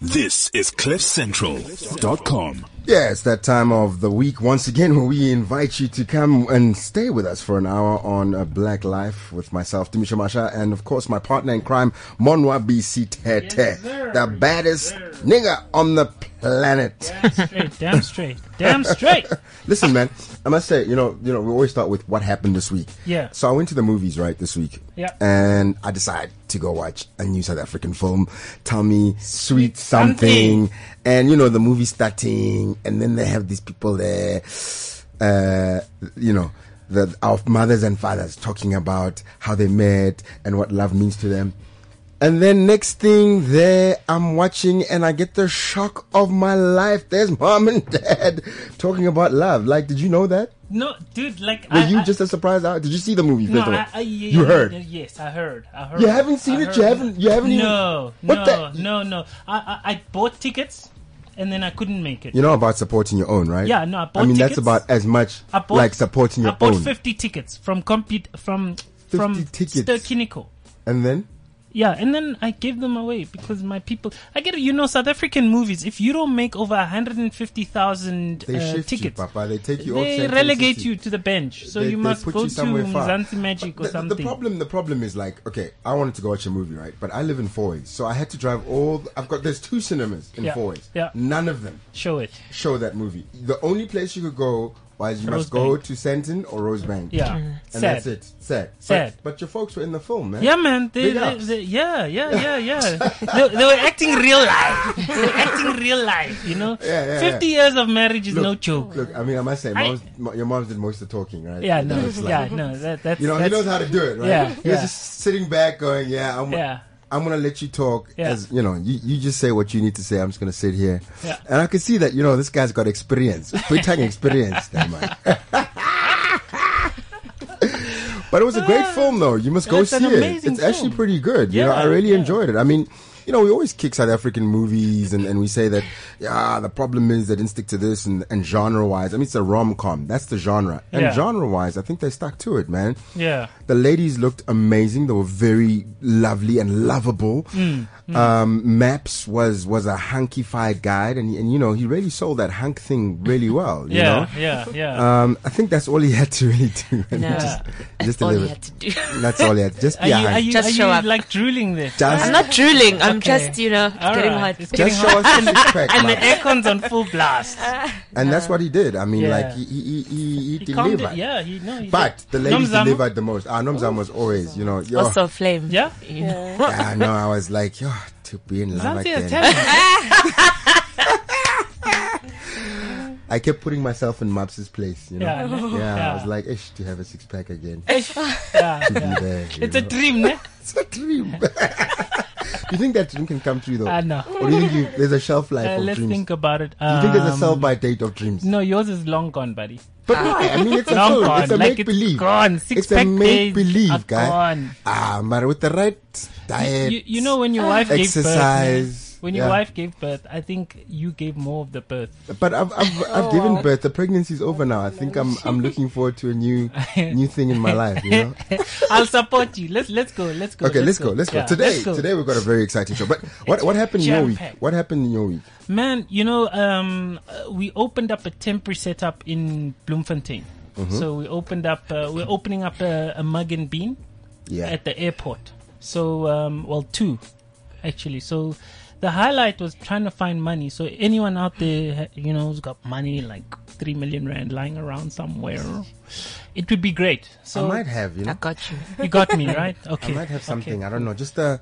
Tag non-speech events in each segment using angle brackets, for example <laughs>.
This is CliffCentral.com. Yeah, it's that time of the week once again where we invite you to come and stay with us for an hour on uh, Black Life with myself, Dimisha Masha, and of course my partner in crime, Monwa BC Tete, the baddest nigga on the planet. straight, damn straight, damn straight. <laughs> Listen, man, I must say, you know, you know, we always start with what happened this week. Yeah. So I went to the movies right this week. Yeah. And I decided to go watch a new South African film, Tommy Sweet Something, and you know the movie starting, and then they have these people there, uh, you know. The, our mothers and fathers talking about how they met and what love means to them. And then next thing there, I'm watching and I get the shock of my life. There's mom and dad <laughs> talking about love. Like, did you know that? No, dude, like Were I, you I, just as surprised? out? Did you see the movie first no, of all? I, I, yeah, you heard. yeah, Yes, I heard. I heard. You haven't seen I it? You heard. haven't- you haven't even- No, What no, the- no, no. I, I I bought tickets, and then I couldn't make it. You know about supporting your own, right? Yeah, no, I bought I mean, that's tickets. about as much I bought, like supporting your I bought own. fifty tickets from compete from from 50 tickets. Sterkinico. And then Yeah, and then I gave them away because my people. I get it, you know South African movies. If you don't make over hundred and fifty thousand they uh, shift tickets, you, Papa. They take you off. they Central relegate City. you to the bench. So They- you they must put go you to somewhere far. Mzansi Magic or The- something. The, problem, the problem is like, okay, I wanted to go watch a movie, right? But I live in Four Ways, so I had to drive all. The, I've got there's two cinemas in Yeah, Four Ways. yeah. None of them Show it. show that movie. The only place you could go was you must Rosebank. go to Senton or Rosebank. Yeah. and Sad. that's it. Sad. But- Sad. But, your folks were in the film, man. Yeah, man. They, Big they, ups. they- yeah, yeah, yeah, <laughs> yeah. they, they were acting real life. They were acting real life. You know, Yeah, yeah, fifty years of marriage is no joke. Look, I mean, I must say, I- mom's, mo- your mom's did most of the talking, right? yeah, You no, know, it's like- yeah, no. That, that's You know, he that's- knows how to do it, right? Yeah, He was yeah. just sitting back going, yeah, I'm, Yeah. I'm going to let you talk Yeah. as, you know, you, you just say what you need to say. I'm just going to sit here. Yeah. And I could see that, you know, this guy's got experience. Big time experience, that man. <laughs> But it was a great film, though. You must go It's see Ah. it. an It's amazing actually film. pretty good. You know, Yeah, I really yeah. enjoyed it. I mean, you know, we always kick South African movies and, and we say that, yeah, the problem is they didn't stick to this and, and genre wise. I mean, it's a rom com. That's the genre. And Yeah. genre wise, I think they stuck to it, man. Yeah. The ladies looked amazing. They were very lovely and lovable. Mm, Um, Maps was was a hunky-fied guy, and and you know he really sold that hunk thing <laughs> really well. You Yeah, know, yeah, yeah. um, I think that's all he had to really do. <laughs> and No. just, just All deliver. you had <laughs> to do. That's all he had. Just <laughs> be are a you, are hunk. you, Just are show you up. like drooling there? just, I'm not drooling. I'm Okay. just, you know, it's All getting right. hot. <laughs> It's just show us the <laughs> six pack, and the man. aircon's on full blast. and that's what he did. I mean, Yeah. like he he he, he, He calmed delivered. it. Yeah, he no. He But the Nom ladies Zamo? delivered the most. Ah, Nomzam was always, you know, yo, Oh. Also flame. Yeah? You know. I know. I was like, yo, to be in love Zansi again. has talent. I kept putting myself in Maps's place, you know. Yeah, Yeah, yeah. I Yeah. was like, ish, to have a six pack <laughs> again. Yeah, <laughs> To be yeah. there, you It's a know. dream, ne? <laughs> it's a dream. <laughs> you think that dream can come true though? I know. Or do you think you, there's a shelf life Uh, of let's dreams? think about it. you Um, think there's a sell by date of dreams? No, yours is long gone, buddy. But no, I mean, <laughs> it's a long film. gone. It's a like make believe. It's gone. Six It's a make believe, guy. Gone. Ah, but with the right diet, You, you know when your wife gave birth. exercise. When your yeah. wife gave birth, I think you gave more of the birth. <laughs> But I've I've, I've given Oh. birth. The pregnancy's over now. I think I'm I'm looking forward to a <laughs> new new thing in my life. You know. I'll support you. Let's let's go. Let's go. Okay, let's go. Let's go. Yeah, Today, let's go. today we've got a very exciting show. But what what happened in your week? jam-packed. What happened in your week? Man, you know, um, uh, we opened up a temporary setup in Bloemfontein. Mm-hmm. So we opened up. Uh, we're opening up a, a mug and bean Yeah. at the airport. So, um, well, two actually. So the highlight was trying to find money. So anyone out there, you know, who's got money like three million rand lying around somewhere, it would be great. I So might have you <laughs> I know. got you. you got me right. <laughs> Okay, I might have something. I don't know. Just uh,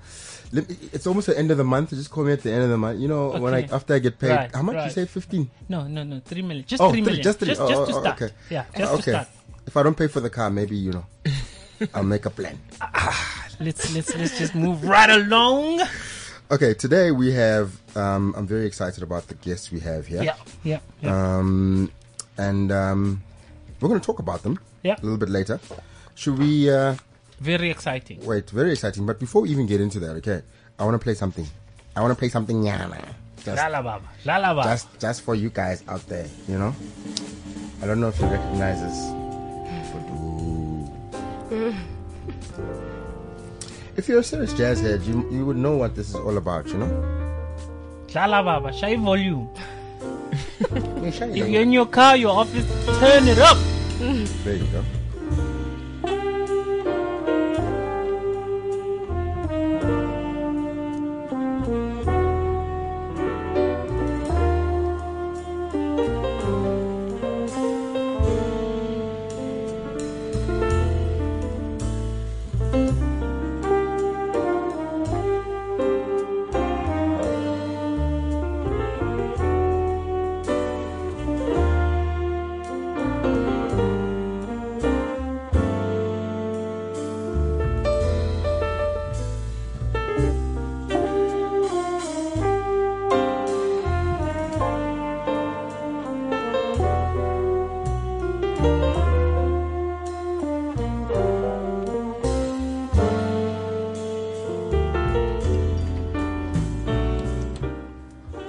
let me, it's almost the end of the month. Just call me at the end of the month. You know, when I Okay. after I get paid, Right, how much you say? right. Fifteen. No, no, no. Three million. Just Oh, three three- million. just three. Just, Oh, just to oh, start. okay. Yeah, just to okay. start. If I don't pay for the car, maybe you <laughs> know, I'll make a plan. Let's let's let's just move right <laughs> along. Okay, today we have. Um, I'm very excited about the guests we have here. Yeah, yeah, yeah. Um, and um, we're going to talk about them. Yeah. A little bit later. Should we? Uh, Very exciting. wait, very exciting. But before we even get into that, okay, I want to play something. I want to play something. Yana. Just, Lalababa, lalababa. just, just for you guys out there, you know. I don't know if you recognize this. If you're a serious jazz head, you you would know what this is all about, you know. Chala Baba, shy volume. Yeah, sure, If you you're know. in your car, your office, turn it up. There you go.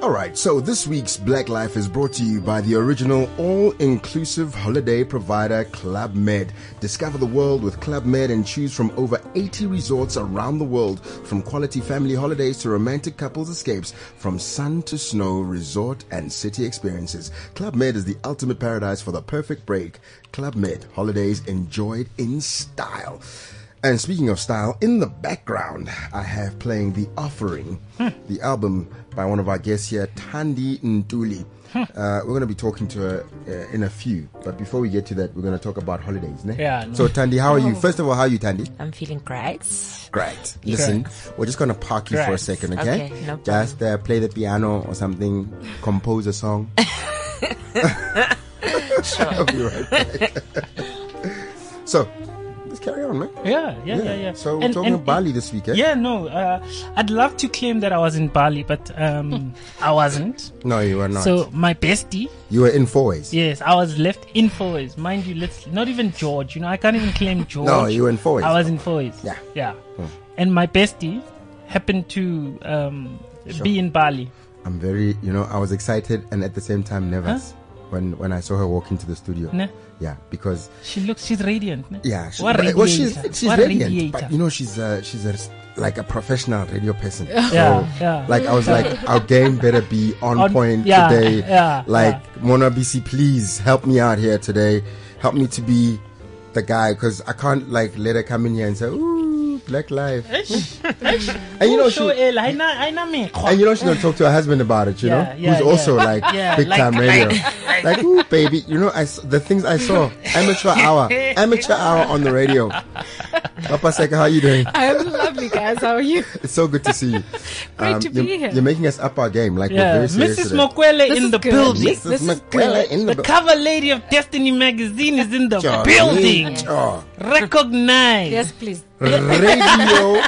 All right, so this week's Black Life is brought to you by the original all inclusive holiday provider Club Med. Discover the world with Club Med and choose from over 80 resorts around the world, from quality family holidays to romantic couples escapes, from sun to snow, resort and city experiences. Club Med is the ultimate paradise for the perfect break. Club Med, holidays enjoyed in style. And speaking of style, in the background, I have playing The Offering, the album by one of our guests here, Tandi Nduli. Uh, we're going to be talking to her uh, in a few, but before we get to that, we're going to talk about holidays. Ne? Yeah, no. So, Tandi, how are you? First of all, how are you, Tandi? I'm feeling great. Great. Listen, we're just going to park you for a Great. second, okay? Okay, no problem. just uh, play the piano or something, compose a song. <laughs> I'll be right back. <laughs> so, let's carry on, man. Yeah, yeah, yeah, yeah. So we're And- talking and- about Bali this week, eh? Yeah, no. Uh, I'd love to claim that I was in Bali, but um, <laughs> I wasn't. No, you were not. So my bestie, you were in four ways. yes, I was left in Fours. Mind you, let's not even George. You know, I can't even claim <laughs> George. No, you were in four ways. I was in Fours. Yeah. Hmm. yeah. And my bestie happened to um, be in Bali. I'm very, you know, I was excited and at the same time nervous when when I saw her walk into the studio. Nah. Yeah, because She looks, she's radiant. ne? yeah, she, What but- well, she's radiator? she's What radiant, radiator? but you know, she's uh, she's a, like a professional radio person. <laughs> Yeah, yeah. Like I was like, our game better be on, On- point yeah, today. yeah, like Mona BC, please help me out here today. Help me to be the guy because I can't like let her come in here and say, "Ooh, black life." <laughs> and you know, she, Sure, eh, like, I na- I na mekgwa. And you know she's gonna talk to her husband about it, you Yeah, know, yeah, who's yeah. also like Yeah, big like- time radio. <laughs> Like, ooh, baby, you know, I s- the things I saw, amateur hour, amateur hour on the radio. Papa Seka, how you doing? I'm lovely, guys. How <laughs> are you? It's so good to see you. <laughs> Um, Great to you're, be here. You're making us up our game, like Yeah, we're very serious Mrs. today. Mokwele This in is the good. building. Yes. This Mrs. is McKellar good. in the The cover lady of Destiny magazine is in the Charlie, building. Char- Recognize. Yes, please. radio,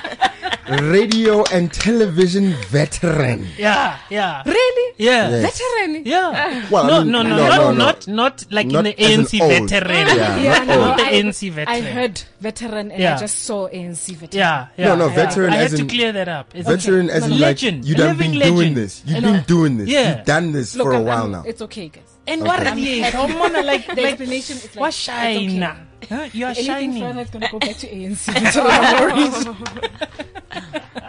radio and television veteran. Yeah, yeah. Really? Yeah. Yes. Veteran? Yeah. Well, I no, mean, no, no, no, not, no, no. not, not like Not in the as an ANC old. veteran. Yeah, <laughs> Yeah, not no, old. The I- ANC veteran. I heard veteran and Yeah. I just saw ANC veteran. Yeah, yeah. No, no, yeah. veteran I had as to in- clear that up. It's Veteran okay. as No, in like legend. you a done living been legend. doing this. You've And, been uh, doing this. yeah. You've done this Look, for a I'm- while I'm- now. It's okay, guys. And what are the hormonal like The like explanation is <laughs> like, what it's okay. shine? Huh? You are Anything shining. further is going to go back <laughs> to ANC. veteran. I'm worried. <laughs>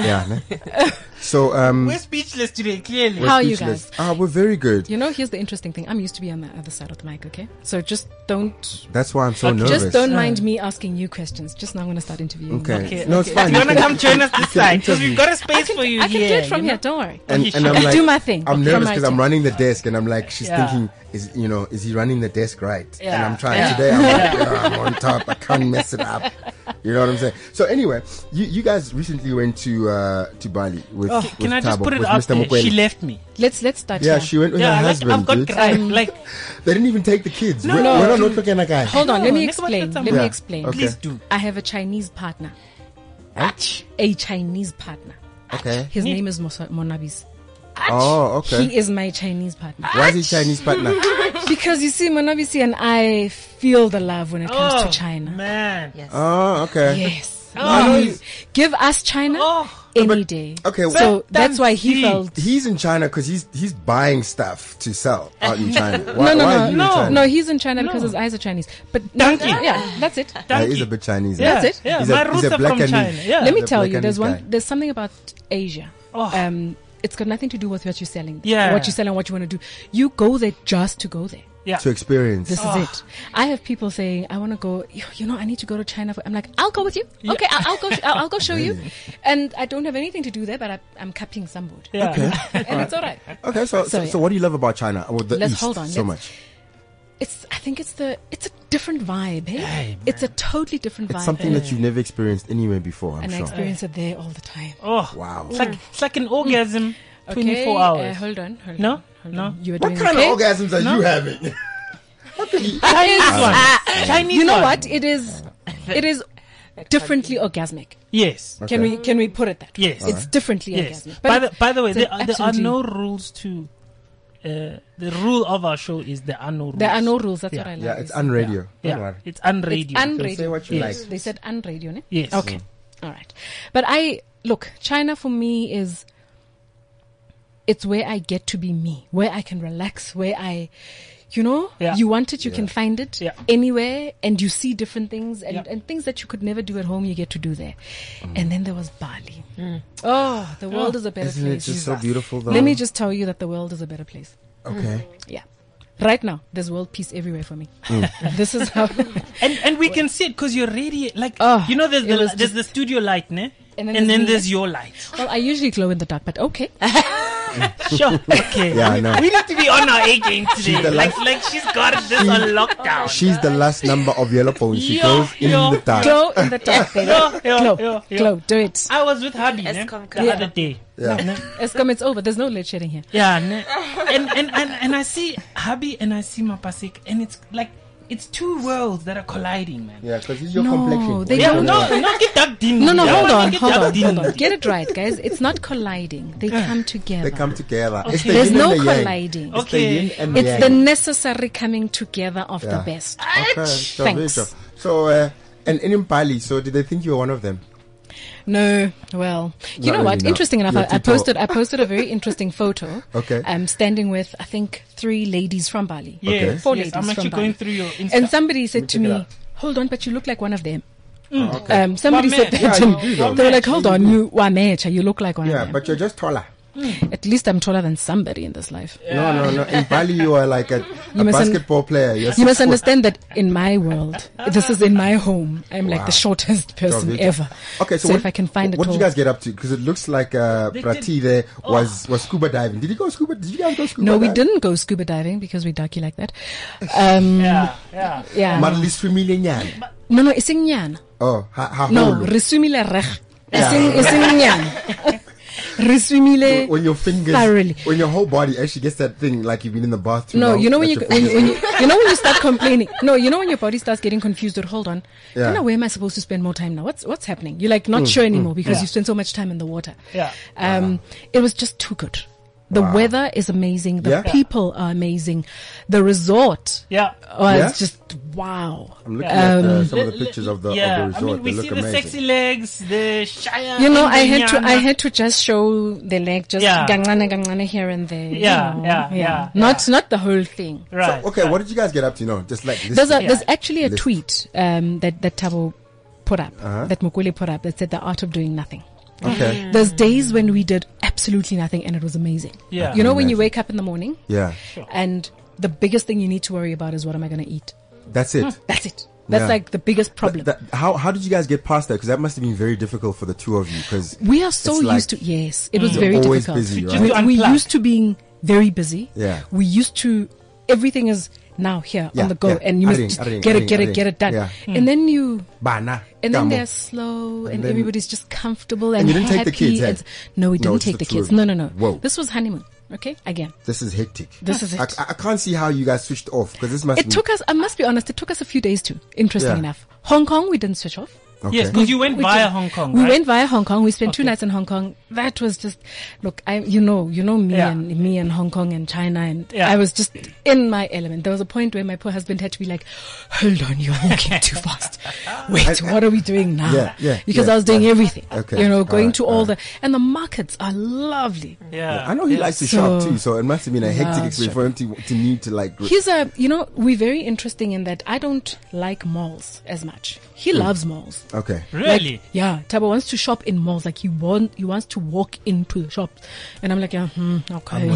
Yeah. ne? So um We're speechless today, clearly. How are you speechless. guys? Ah, we're very good. you know, here's the interesting thing. I'm used to be on the other side of the mic, okay? So just don't. That's why I'm so Okay. nervous. Just don't mind me asking you questions. Just now, I'm going to start interviewing. Okay. you. Uh. Okay, No, it's okay. fine. You wanna can- come join us <laughs> you this can side? Because interview. we've got a space for you I can here. do it from you know? here. Don't worry. And, Okay, and sure. I'm like, do my thing. I'm I'll do nervous my because I'm thing. running the desk, and I'm like, she's Yeah. thinking, is you know, is he running the desk right? And Yeah. I'm trying Yeah. today. I'm, <laughs> like, "Yeah, I'm on top. I can't mess it up. You know what I'm saying? So anyway, you, you guys recently went to uh, to Bali with, with Oh, Can I just Thabo, put it with out Mr. there? Mukwele. She left me. Let's let's start. yeah, here. she went with Yeah, her like, husband. I've got dude. crime. Like, They didn't even take the kids. we're, no. we're not not looking like I. Hold on. let No, me next one, explain. let's Let have- Yeah, me explain. okay. please do. I have a Chinese partner. A Chinese partner. Okay. His name is Mosa- Monabis. Oh, okay. He is my Chinese partner. Why is he Chinese <laughs> partner? Because you see, Monabisi and I feel the love when it comes Oh, to China. man. Yes. Oh, okay. Yes. Oh. Please, Give us China Oh. any but- day. okay, So well- that's why Fancy. he felt. He's in China because he's he's buying stuff to sell out in <laughs> China. Why, why no, no, no, are you in no, China? no. He's in China because No. his eyes are Chinese. But Thank you. Yeah, that's it. Yeah, Thank he's you. a bit Chinese. Yeah, huh? That's it. Yeah, He's my a- he's roots a are black from and- China. Yeah. Let me The tell you, black there's and one. guy. There's something about Asia. Oh. Um, it's got nothing to do with what you're selling. Yeah. What you sell and what you want to do. You go there just to go there. Yeah. to experience. This is it. Ah. I have people saying, I want to go, you you know, I need to go to China. For, I'm like, I'll go with you. Yeah. Okay. I'll, I'll go, sh- I'll, I'll go show <laughs> you. And I don't have anything to do there, but I, I'm cupping somebody. Yeah. And it's all right. okay, so, so, So, so, yeah. what do you love about China? Or the Let's East hold on, so let's- much. It's, I think it's the, it's a different vibe. eh? Hey, man. it's a totally different It's vibe. something that you've never experienced anywhere before, I'm and I sure. experience it there all the time. Oh, Wow. It's like, it's like an orgasm 24 Mm. okay, hours. Uh, hold on. Hold No? on, hold No? on. You were What doing kind okay? of orgasms are you having? <laughs> Chinese Ah, one. Chinese <laughs> You know one. what? It is. It is differently orgasmic. Yes. Can we can we put it that? way? Yes. It's differently Yes. orgasmic. By the, it's- by the way, it's there an are, there are absolutely- no rules to. Uh, the rule of our show is there are no rules. There are no rules. That's Yeah. what I like. yeah, it's unradio. Don't Yeah, worry. it's unradio. It's unradio. Say what you Yes. like. Mm. They said unradio, ne? Yes. Okay. All right. But I look, China for me is it's where I get to be me, where I can relax, where I you know, Yeah. you want it, you can find it Yeah. anywhere and you see different things and, Yeah. and things that you could never do at home you get to do there. Mm. And then there was Bali. Oh, the world is a better Isn't it place. just so beautiful though? Let me just tell you that the world is a better place. Okay. Yeah. Right now, there's world peace everywhere for me. <laughs> this is how and and we can see it because you're radiate like Oh, you know there's it the, was there's the studio light, ne? And and then there's then me. there's your <laughs> light. Well, I usually glow in the dark, but okay. Sure. Okay. Yeah, I know. We need to be on our A game today. the like like she's got this on lockdown. She's the last number of yellow phone. She Yo, goes in yo, the dark. glow in the dark, baby. Yo, yo, glow, yo, yo. glow, do it. I was with Hubby ne? Eskom the Yeah. other day. Yeah. Eskom, it's over. There's no load shedding here. Yeah, ne? and, and and and I see Habi and I see Mapasik, and it's like it's two worlds that are colliding, man. Yeah, because your No, complexion. they Yeah, don't no, no, get that din. No, no, Yeah, hold no, on, get hold that on, din. hold on. Get it right, guys. It's not colliding. They come together. They come together. It's the There's yin no and the yang. colliding. It's the Okay. yin and It's yang. the necessary coming together of Yeah. the best. Okay, so Thanks. Rachel. So, uh, and, and in Bali, so did they think you were one of them? No, well, Not you know really, what? no. Interesting enough, You're I, I too tall. posted I posted <laughs> a very interesting photo. Okay. I'm standing with I think three ladies from Bali. Yes, Okay. Four yes, ladies I'm from actually Bali. going through your Instagram. And somebody said to check it me, out. "Hold on, but you look like one of them." Mm. Oh, okay. Um, somebody Wamecha. said that Yeah, to you me. do though. They were like, "Hold on, you wamecha, you look like one yeah, of them." but you're just taller. At least I'm taller than somebody in this life. No, no, no. In Bali, <laughs> you are like a, a must un- basketball player. You're six You must foot. understand that in my world, this is in my home. I'm like the Wow. shortest person Rachel. ever. Okay, so, what, if I can find it, what did you guys get up to? Because it looks like uh, They Prati did- there was was scuba diving. Did you go scuba? Did you guys go scuba? no, we diving? didn't go scuba diving because we ducky like that. Um, yeah. <laughs> yeah, yeah. Marlis Familian. No, no, ising nyana. Oh, ha, ha, No, holo. resumile reg. Ising ising <laughs> nyana. Resumile when your fingers, thoroughly. when your whole body actually gets that thing, like you've been in the bathroom. No, now, you know when you, that your when you, fingers- when you you know when you start complaining. No, you know when your body starts getting confused. That hold on, Yeah. Mm, you know where am I supposed to spend more time now? What's what's happening? You're like not sure anymore because Yeah. you spend so much time in the water. Yeah. Um, it was just too good. The weather is amazing. The Yeah. people are amazing. The resort. Yeah. Oh, Yeah? it's just wow. I'm looking at uh, some of the pictures of the, yeah, of the resort. I mean, we they see look the amazing. sexy legs, the shire. You know, and I the had to, I nyana. had to just show the leg, just Yeah. gangana gangana here and there. you Yeah, know. yeah, yeah, Not, not the whole thing. Right. Okay, what did you guys get up to? No, just like this. There's a, Yeah. there's actually a List. tweet um, that that Tabo put up, that Mukuli put up, that said the art of doing nothing. okay. Mm. There's days when we did absolutely nothing and it was amazing. Yeah. You know when you wake up in the morning Yeah, and the biggest thing you need to worry about is what am I going to eat? that's it. That's it. That's Yeah. like the biggest Hmm, problem. That, how how did you guys get past that? Because that must have been very difficult for the two of you. Because we are so it's used like Mm. to yes, it was very always difficult. busy, To right? do- we, we unplug. used to being very busy. Yeah. We used to everything is now here Yeah, on the go, yeah. and you must Hurrying, just hurrying, get hurrying, it, get hurrying. it, get it done. Yeah. And then you, Bana. and then Kamo. they're slow, and, then- everybody's just comfortable and, you didn't take the happy. kids, eh? and- no, we No, didn't it's take the the two of kids. you. No, no, no. Whoa. This was honeymoon. Okay, again. This is hectic. This is I, it. I I can't see how you guys switched off because this must. be, It took us. I must be honest. It took us a few days too. Interesting Yeah. enough, Hong Kong we didn't switch off. Okay. Yes, because you went We via did- Hong Kong. We right? went via Hong Kong. We spent two nights in Hong Kong. That was just, look, I, you know, you know me Yeah. and me and Hong Kong and China, and Yeah. I was just in my element. There was a point where my poor husband had to be like, "Hold on, you're walking <laughs> too fast. Wait, what are we doing now?" Yeah, yeah, because yeah, I was doing yeah. everything. Okay, you know, all going right, to all all right. the and the markets are lovely. Yeah. I know he likes to So- shop too, so it must have been a hectic Loves experience for him to, to need to like. He's Hmm. a, you know, we're very interesting in that I don't like malls as much. He loves malls. Okay. Really? Like, yeah. Tabo wants to shop in malls. Like he want, he wants to walk into the shops, and I'm like, yeah, hmm, okay,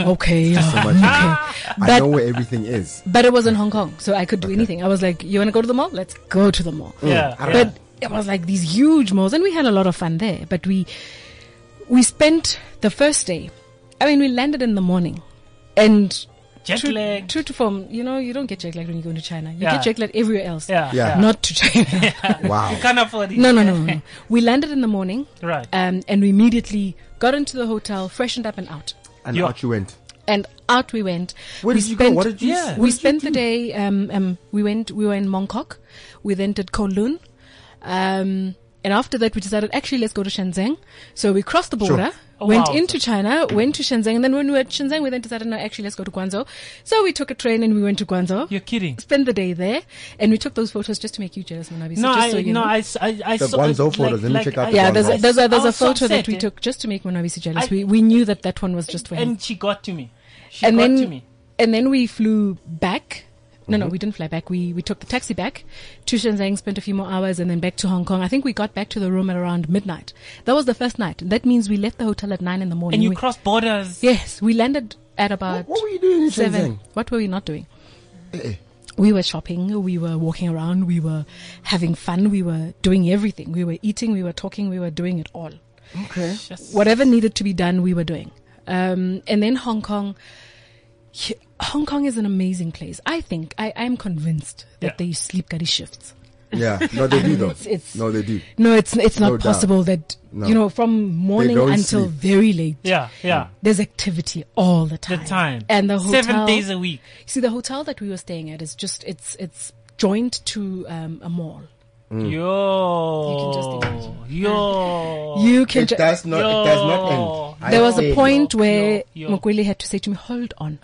okay, yeah, So <laughs> much. I But- know where everything is. But it was in Hong Kong, so I could do anything. I was like, you want to go to the mall? Let's go to the mall. yeah. I don't yeah. But it was like these huge malls, and we had a lot of fun there. But we we spent the first day. I mean, we landed in the morning, and Jet true, lagged. true to form, you know, you don't get jet lag when you go to China. You Yeah. get jet lag everywhere else, yeah. Yeah. not to <laughs> China. Wow. You can't afford it. no, no, no, no. We landed in the morning, <laughs> Right. um, and we immediately got into the hotel, freshened up, and out. And Yeah. out you went. And out we went. Where we did you go? What did you? Yeah. what we did you spent the do? day. Um, um, we went. We were in Mongkok. We then did Kowloon, um, and after that, we decided actually let's go to Shenzhen. So we crossed the border, Oh, went wow. into China, went to Shenzhen, and then when we were at Shenzhen, we then decided no, actually let's go to Guangzhou. So we took a train and we went to Guangzhou. You're kidding. Spent the day there, and we took those photos just to make you jealous, Manabi. So No, just I, so you no, know. I, s- I- I The saw Guangzhou like- photos, let me like, check out I- the yeah, there's a, Guangzhou. there's a, there's I a was so photo that upset, we eh? took just to make Monabisi jealous. I- we, we knew that that one was just for him. and she got to me. She and got then to me. Mm-hmm. and then we flew back. No, no, we didn't fly back. We we took the taxi back to Shenzhen, spent a few more hours, and then back to Hong Kong. I think we got back to the room at around midnight. That was the first night. That means we left the hotel at nine in the morning. And you We- cross borders. yes, we landed at about What, what were you doing in Uh, seven. Shenzhen? What were we not doing? Eh, eh. We were shopping. We were walking around. We were having fun. We were doing everything. We were eating. We were talking. We were doing it all Okay. Just- whatever needed to be done, we were doing. Um, and then Hong Kong, H- Hong Kong is an amazing place. I think I am convinced that Yeah. they sleep gutty shifts. Yeah. No, they do though. <laughs> It's- it's- no, they do. No, it's it's not No doubt. possible that No. you know from morning don't until sleep. very late. Yeah, Mm. yeah. There's activity all the The time. time. and the hotel. Seven days a week. See, the hotel that we were staying at is just it's it's joined to um, a mall. Mm. Yo. You can just imagine. Yo. You can. It ju- does not. It does Yo. not end. I there was say a point Yo, where yo. Mokwele had to say to me, "Hold <laughs> on,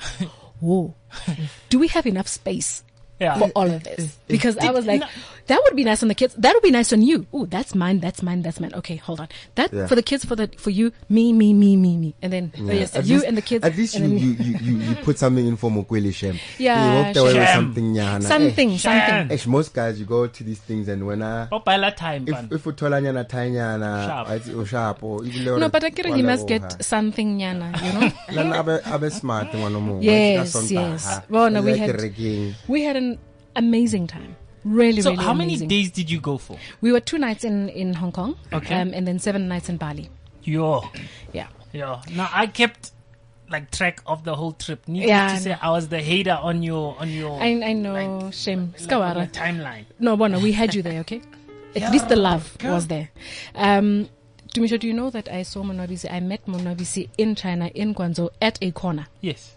whoa, do we have enough space Yeah. for all of <laughs> this?" Because I was like, "That would be nice on the kids. That would be nice on you. Ooh, that's mine. That's mine. That's mine. Okay, hold on. That Yeah. for the kids, for the for you, me, me, me, me, me, and then oh, Yeah, yes, at you least- and the kids. At least you, and then me. you, you, you, you put something in for Mokwele Shem. Yeah, You walked away with Shem. something. Nyana. something, Eh, something. eh, most guys, you go to these things and when I. Oh, by that time, man. If if uthola nyana Sharp. tanyana or sharp or even No, but I get he must get something, Nyana. <laughs> You know. lana abe abe smart ngwana mo. Yes, yes. Well, no, we had- rigging. we had an amazing time. Really, so, really how many amazing. days did you go for? We were two nights in in Hong Kong, Okay. um, and then seven nights in Bali. Yo. Yeah. Yo. No, I kept like track of the whole trip. Needless Yeah, to say, I was the hater on your on your I, I know, shame. like, on your Skawara. timeline. No, bueno, we had you there, okay? <laughs> At least the love was there. Um, Dumisho, do you know that I saw Monobisi? I met Monobisi in China, in Guangzhou, at a corner. Yes.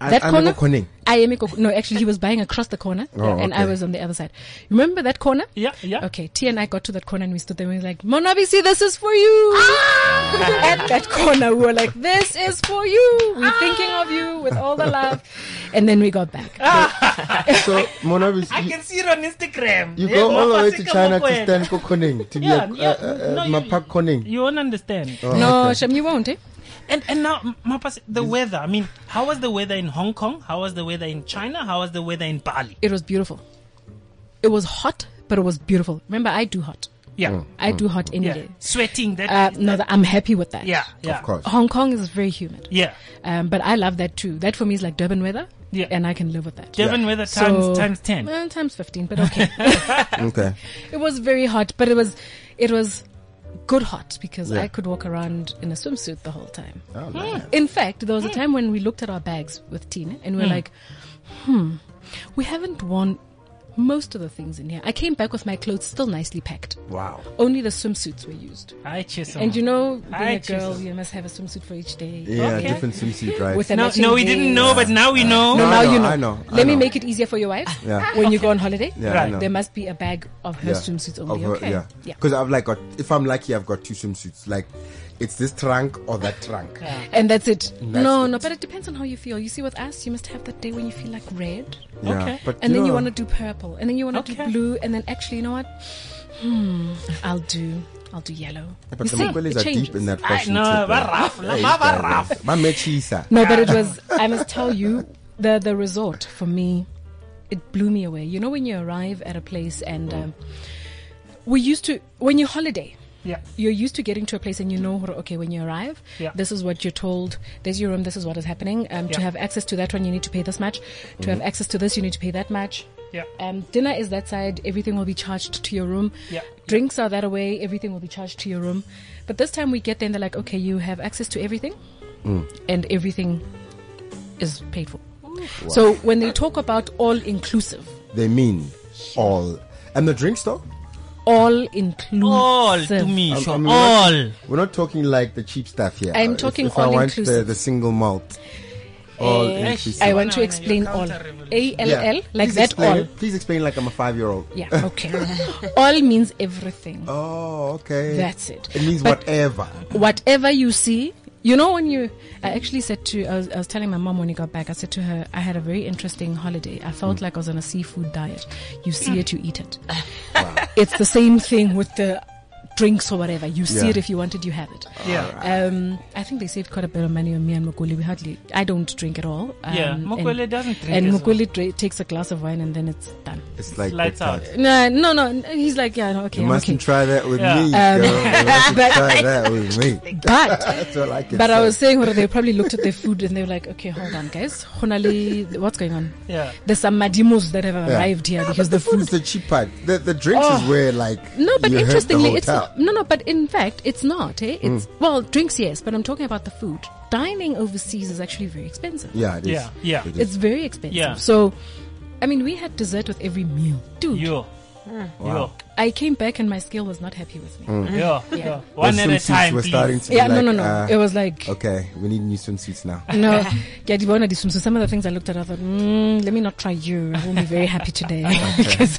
That corner? Koning. I am a co- no, actually, he was buying across the corner, Oh, and I okay. was on the other side. Remember that corner? Yeah. Yeah. Okay, T and I got to that corner and we stood there and we were like, Monobisi, this is for you! Ah! At that corner, we were like, this is for you! We're thinking of you with all the love. And then we got back. Ah! <laughs> So Monobis, I you, can see it on Instagram. you Yeah, go all the way to Mafasika China to Mokoena. stand for Koning to be Yeah, a yeah, uh, uh, no, uh, you- Mapak Koning. You won't understand. Oh, No, okay. Shem, you won't, eh? And and now, M- Mapas, the weather. I mean, how was the weather in Hong Kong? How was the weather in China? How was the weather in Bali? it was beautiful. It was hot, but it was beautiful. Remember, I do hot. Yeah, Mm. I do hot any yeah. day. Sweating. That. Uh, no, that, I'm happy with that. yeah, yeah, of course. <laughs> Hong Kong is very humid, yeah. um, but I love that too. That for me is like Durban weather, Yeah. and I can live with that. Devon weather times times ten. well, times fifteen, but okay. Okay. it was very hot, but it was, it was good hot because Yeah. I could walk around in a swimsuit the whole time. Oh, nice. In fact, there was a time when we looked at our bags with Tina and we were like, hmm, we haven't worn most of the things in here. I came back with my clothes still nicely packed. Wow. Only the swimsuits were used. I cheers. And you know, being I a girl, choose- you must have a swimsuit for each day. Yeah, Okay. different swimsuit, right? With a no, matching no, we veil. didn't know, but now we know. No, I now know, you know. I know, I Let me know. make it easier for your wife. Yeah. When you go on holiday, Yeah, Right. I know. there must be a bag of her swimsuits only. Of her- okay. Yeah. Because I've like got, if I'm lucky, I've got two swimsuits. Like, it's this trunk or that trunk. And that's it. that's no, it. no, but it depends on how you feel. You see, with us, you must have that day when you feel like red. Yeah. Okay. But and then you know, want to do purple, and then you want to Okay. do blue, and then actually, you know what? Hmm, I'll do, I'll do yellow. But you <laughs> the see, Mokweles it are changes. deep in that I fashion. know. tip, But eh? rough, Yeah, la- but it's rough. like- My mechisa. No, but it was. I must tell you, the the resort for me, it blew me away. You know when you arrive at a place and. Um, we used to when you holiday Yeah. you're used to getting to a place and you know okay when you arrive Yeah. this is what you're told there's your room this is what is happening um, to Yeah. have access to that one you need to pay this much to have access to this you need to pay that much Yeah. um, dinner is that side everything will be charged to your room Yeah. drinks are that away everything will be charged to your room but this time we get there and they're like okay you have access to everything and everything is paid for so when they talk about all inclusive They mean all. And the drinks though? all inclusive All to me, sure. I mean, all. We're not talking like the cheap stuff here. Uh, I'm If- talking if, I all want the, inclusive. the single malt. All Eh, inclusive. I want to Your explain all. counter revolution. A L Yeah. L, like Please that explain all. it. Please explain like I'm a five year old. Yeah, <laughs> <laughs> okay. all means everything. Oh, okay. That's it. It means But- whatever. Whatever you see, you know, when you. I actually said to. I was, I was telling my mom when he got back, I said to her, I had a very interesting holiday. I Mm. felt like I was on a seafood diet. You Mm. see it, you eat it. It's the same thing with the drinks or whatever. You see Yeah. it if you want it, you have it. Yeah. Um, I think they saved quite a bit of money on me and Mokuli. We hardly, I don't drink at all. Um, Yeah, and- Mokole doesn't drink And as well. Mokuli dra- takes a glass of wine and then it's done. It's like Lights that. out. No, no, no. n- He's like, yeah, no, okay, You I'm mustn't okay. try that with Yeah. me, Um, girl. You <laughs> mustn't try that with me. But, That's all <laughs> I can but say. I was saying, well, they probably looked at their food and they were like, okay, hold on, guys. Honali, what's going on? Yeah. There's some madimos that have arrived here Yeah, because but the food food. is the cheap part. The, the drinks Oh. is where like No, but you hurt the interestingly, it's hotel. Hmm. no, no. But in fact, it's not. Eh? It's well, drinks yes, but I'm talking about the food. Dining overseas is actually very expensive. yeah, it is. Yeah, yeah. It is. It's very expensive. Yeah. So, I mean, we had dessert with every meal, dude. Yo. Ah. Yo. I came back and my scale was not happy with me. Yo. Ah, Yeah. Yo. Those One at a swimsuits time, Were starting please. to be Yeah, no, Mm. like, no, no. uh, it was like okay, we need new swimsuits now. No, <laughs> yeah, the one I did swimsuit. Some of the things I looked at, I thought, mm, let me not try you. I won't be very happy <laughs> today <laughs> because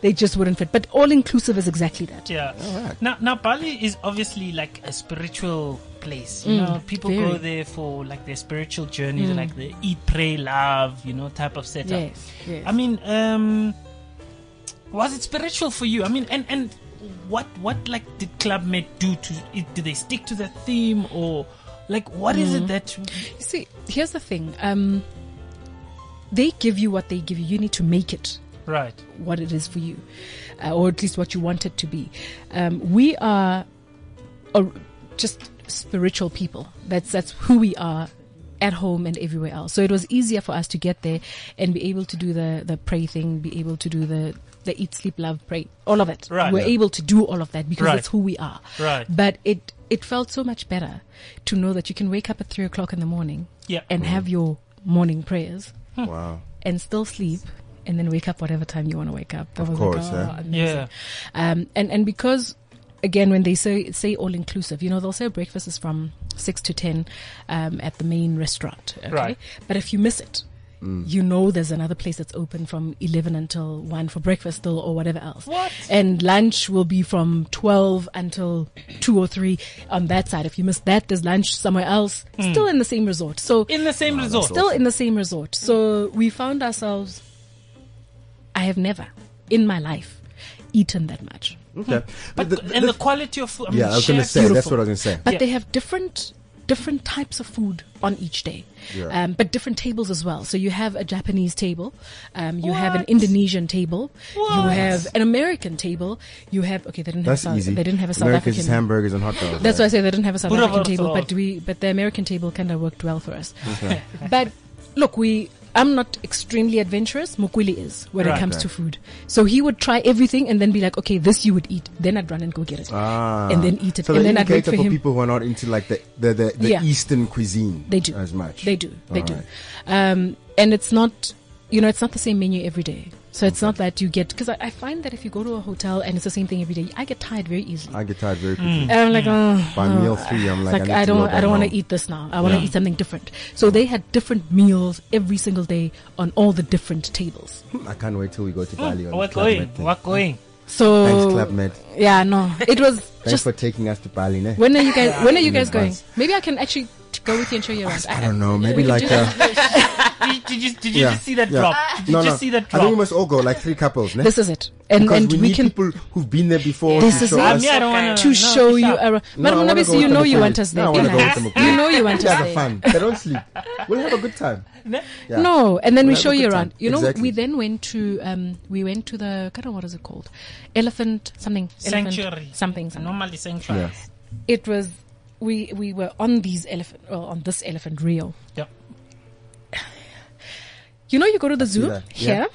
they just wouldn't fit. But all inclusive is exactly that. Yeah. Alright. Now, now Bali is obviously like a spiritual place. You know, people go Mm, very. Mm. there for like their spiritual journeys, like the eat, pray, love, you know, type of setup. Yes, yes. I mean, um, was it spiritual for you? I mean, and and what what like did Club Med do to it? Do they stick to the theme or like what is Mm. it that? You see, here's the thing. Um, they give you what they give you. You need to make it Right. what it is for you, uh, or at least what you want it to be. Um, we are, or just spiritual people. That's that's who we are at home and everywhere else. So it was easier for us to get there and be able to do the the pray thing, be able to do the the eat, sleep, love, pray, all of it. Right. We're Yeah. able to do all of that because Right. that's who we are. Right. But it it felt so much better to know that you can wake up at three o'clock in the morning Yeah. and have your morning prayers wow. and still sleep and then wake up whatever time you want to wake up. That was course, like, oh, yeah. amazing. Yeah. Um, and, and because, again, when they say, say all inclusive, you know, they'll say breakfast is from 6 to 10 um, at the main restaurant. Okay? Right. But if you miss it, Mm. You know, there's another place that's open from 11 until 1 for breakfast, still, or whatever else. What? And lunch will be from 12 until 2 or 3 on that side. If you miss that, there's lunch somewhere else, Mm. still in the same resort. So In the same resort. still in the same resort. So we found ourselves. I have never in my life eaten that much, Okay. But and the quality of food. I mean, yeah, I was gonna chefs- say that's beautiful. what I was gonna say. but Yeah. they have different different types of food on each day, Yeah. um, but different tables as well. So you have a Japanese table, um, you have an What? Indonesian table, you What? have an American table, you have okay they didn't That's have a easy. South, they didn't have a South Americans African is hamburgers and hot dogs. That's why I right? say they didn't have a South Put up African our table, thoughts. but we but the American table kind of worked well for us. <laughs> but look, we I'm not extremely adventurous. Mukwili is when Right. it comes Okay. to food, so he would try everything and then be like, "Okay, this you would eat." Then I'd run and go get it, Ah. and then eat it, So and the then I'd wait indicator for for him. people who are not into like the the, the, the Yeah. Eastern cuisine. They do. as much. They do. They do. Alright. Um, and it's not, you know, it's not the same menu every day. So it's not that you get because I, I find that if you go to a hotel and it's the same thing every day, I get tired very easily. I get tired very quickly. and I'm like, oh, By meal three, I'm It's like, like I, need I to don't, go I don't want home. to eat this now. I want to eat something different. So they had different meals every single day on all the different tables. I can't wait till we go to Bali. on We're the Club Mm, going. Med thing. We're going. So Thanks, Club Med. Yeah, no, it was <laughs> Thanks just. for taking us to Bali. Ne? When are you guys? When are you guys going? advance. Maybe I can actually t- go with you and show you around. I don't know. Maybe like. Uh, Did you, did you, did you yeah, just see that yeah. Uh, drop? Did no, you no. just see that I think we drop? must all go, like three couples. Ne? This is it, and because and we, we, need can people who've been there before. This to is show it. Ah, us. me, I don't wanna- to no, show shut you up. around. No, I wanna Madam go Nabisi, with you the know you Mokulu. want us there. No, I wanna <laughs> Don't go with the you Mokulu. know you want They're us the there. fun. They don't sleep. We'll have a good time. Yeah. No, and then We'll we have show a you good around. time. You know, Exactly. we then went to um, we went to the I don't know what is it called, elephant something elephant Sanctuary. something something. Normally sanctuary. Yeah. It was we we were on these elephant well, on this elephant reel. Yeah. You know, you go to the zoo that. Yeah. here,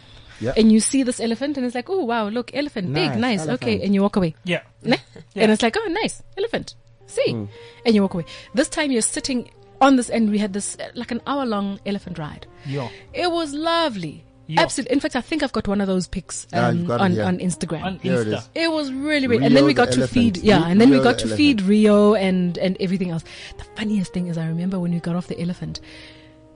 Yeah. and you see this elephant, and it's like, oh wow, look, elephant, Nice, big, nice, okay, elephant. and you walk away. Yeah. <laughs> Ne? Yeah. And it's like, oh, nice, elephant. See? Mm. And you walk away. This time you're sitting on this, and we had this uh, like an hour long elephant ride. Yo. It was lovely. Yeah. Absolutely. In fact, I think I've got one of those pics Yeah, Ah, um, you've got it, on, yeah. on Instagram. On Here it Insta. is. it was really, really, and then Rio we the got to feed, elephant. yeah, and then Rio we got the to feed Rio and and everything else. The funniest thing is, I remember when we got off the elephant,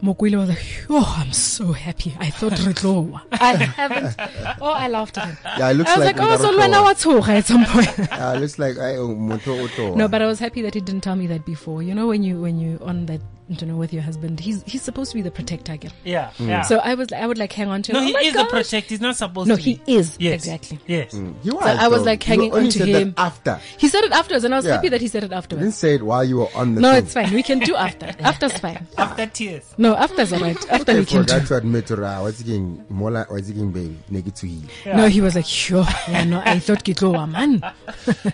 Mokwile was like, "Oh, I'm so happy! I <laughs> thought Ritlowa. I haven't. Oh, I laughed at him. Yeah, it looks I was like like, we oh, got so off the now one." what's at some point." <laughs> Uh, looks like I owe Moto Oto. No, but I was happy that he didn't tell me that before. You know, when you when you on that you know with your husband, he's he's supposed to be the protector again. Yeah. Yeah. So I was I would like hang on to. no, him. he oh my is God. the protect. He's not supposed No, to. be. he is Yes. exactly. Yes. you So I was like hanging on only to said him. That after. He said it afterwards, and I was Yeah. happy that he said it You afterwards. didn't say it while you were on the No, thing. it's fine. We can do after. <laughs> After's fine. After tears. No, after's alright. After I we can do. forgot to admit to her, I was thinking, more like, I was thinking, baby, nigga to he. No, he was like, sure. Yeah, no, I thought Kitloa man.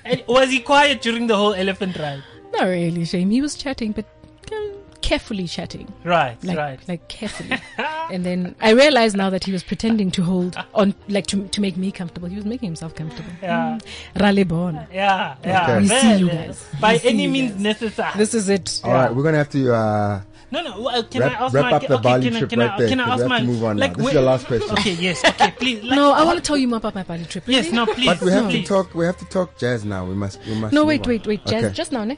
And was he quiet during the whole elephant ride? Not really, shame. He was chatting, but um, carefully chatting. Right. like right. <laughs> like carefully and then i realized now that he was pretending to hold on like to, to make me comfortable he was making himself <laughs> comfortable Yeah. Rale Bona. Yeah. Yeah. Okay. mm. We see you Well, guys. By We see any you means guys. necessary. this is it All right, we're going to have to, uh, No, no. Well, can Wrap- I ask wrap my? up the okay, Bali can, I- trip can right I? there, Can 'cause we I ask have my? to move on now. like, This is where- your last question. Okay. Yes. Okay. Please. Like, no i want to tell you more about my Bali trip Yes. No. Please. but we have please. to talk, we have to talk jazz now. We must, we must. no move wait on. wait wait jazz Okay. just now ne?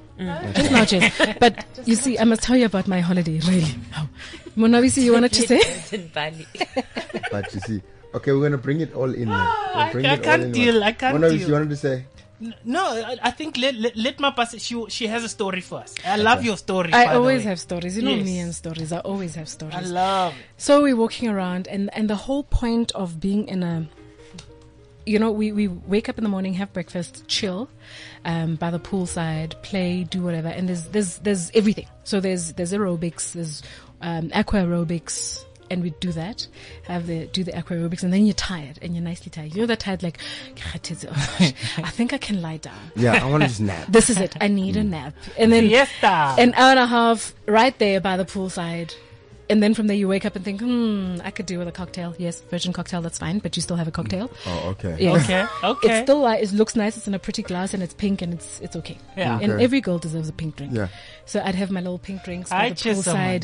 just now <laughs> jazz but you see i must tell you about my holiday really now monavisi you wanted to say in <laughs> Bali. But you see, okay, we're going to bring it all in Ah, now. We'll I- bring I it all can't in deal, one. I can't What else deal. you wanted to say? No, I, I think let, let, let my pass. She she has a story for us. I love your story. by i the always way. have stories you know Yes. me and stories i always have stories I love. So we're walking around, and and the whole point of being in a, you know, we we wake up in the morning, have breakfast, chill, um, by the poolside, play, do whatever, and there's there's there's everything. So there's there's aerobics, there's um, aqua aerobics. And we do that, have the do the aqua aerobics, and then you're tired, and you're nicely tired. You're that tired, like <laughs> "Oh, I think I can lie down. Yeah, I want to just <laughs> nap. This is it. I need a nap, and then Mm. Fiesta. an hour and a half right there by the poolside. And then from there, you wake up and think, hmm, I could do with a cocktail. Yes, virgin cocktail, that's fine, but you still have a cocktail. Oh, okay. Yeah. Mm. okay. Okay. It's still like, it looks nice, it's in a pretty glass, and it's pink, and it's it's okay. Yeah. And Okay. every girl deserves a pink drink. Yeah. So I'd have my little pink drinks I by the cheer someone.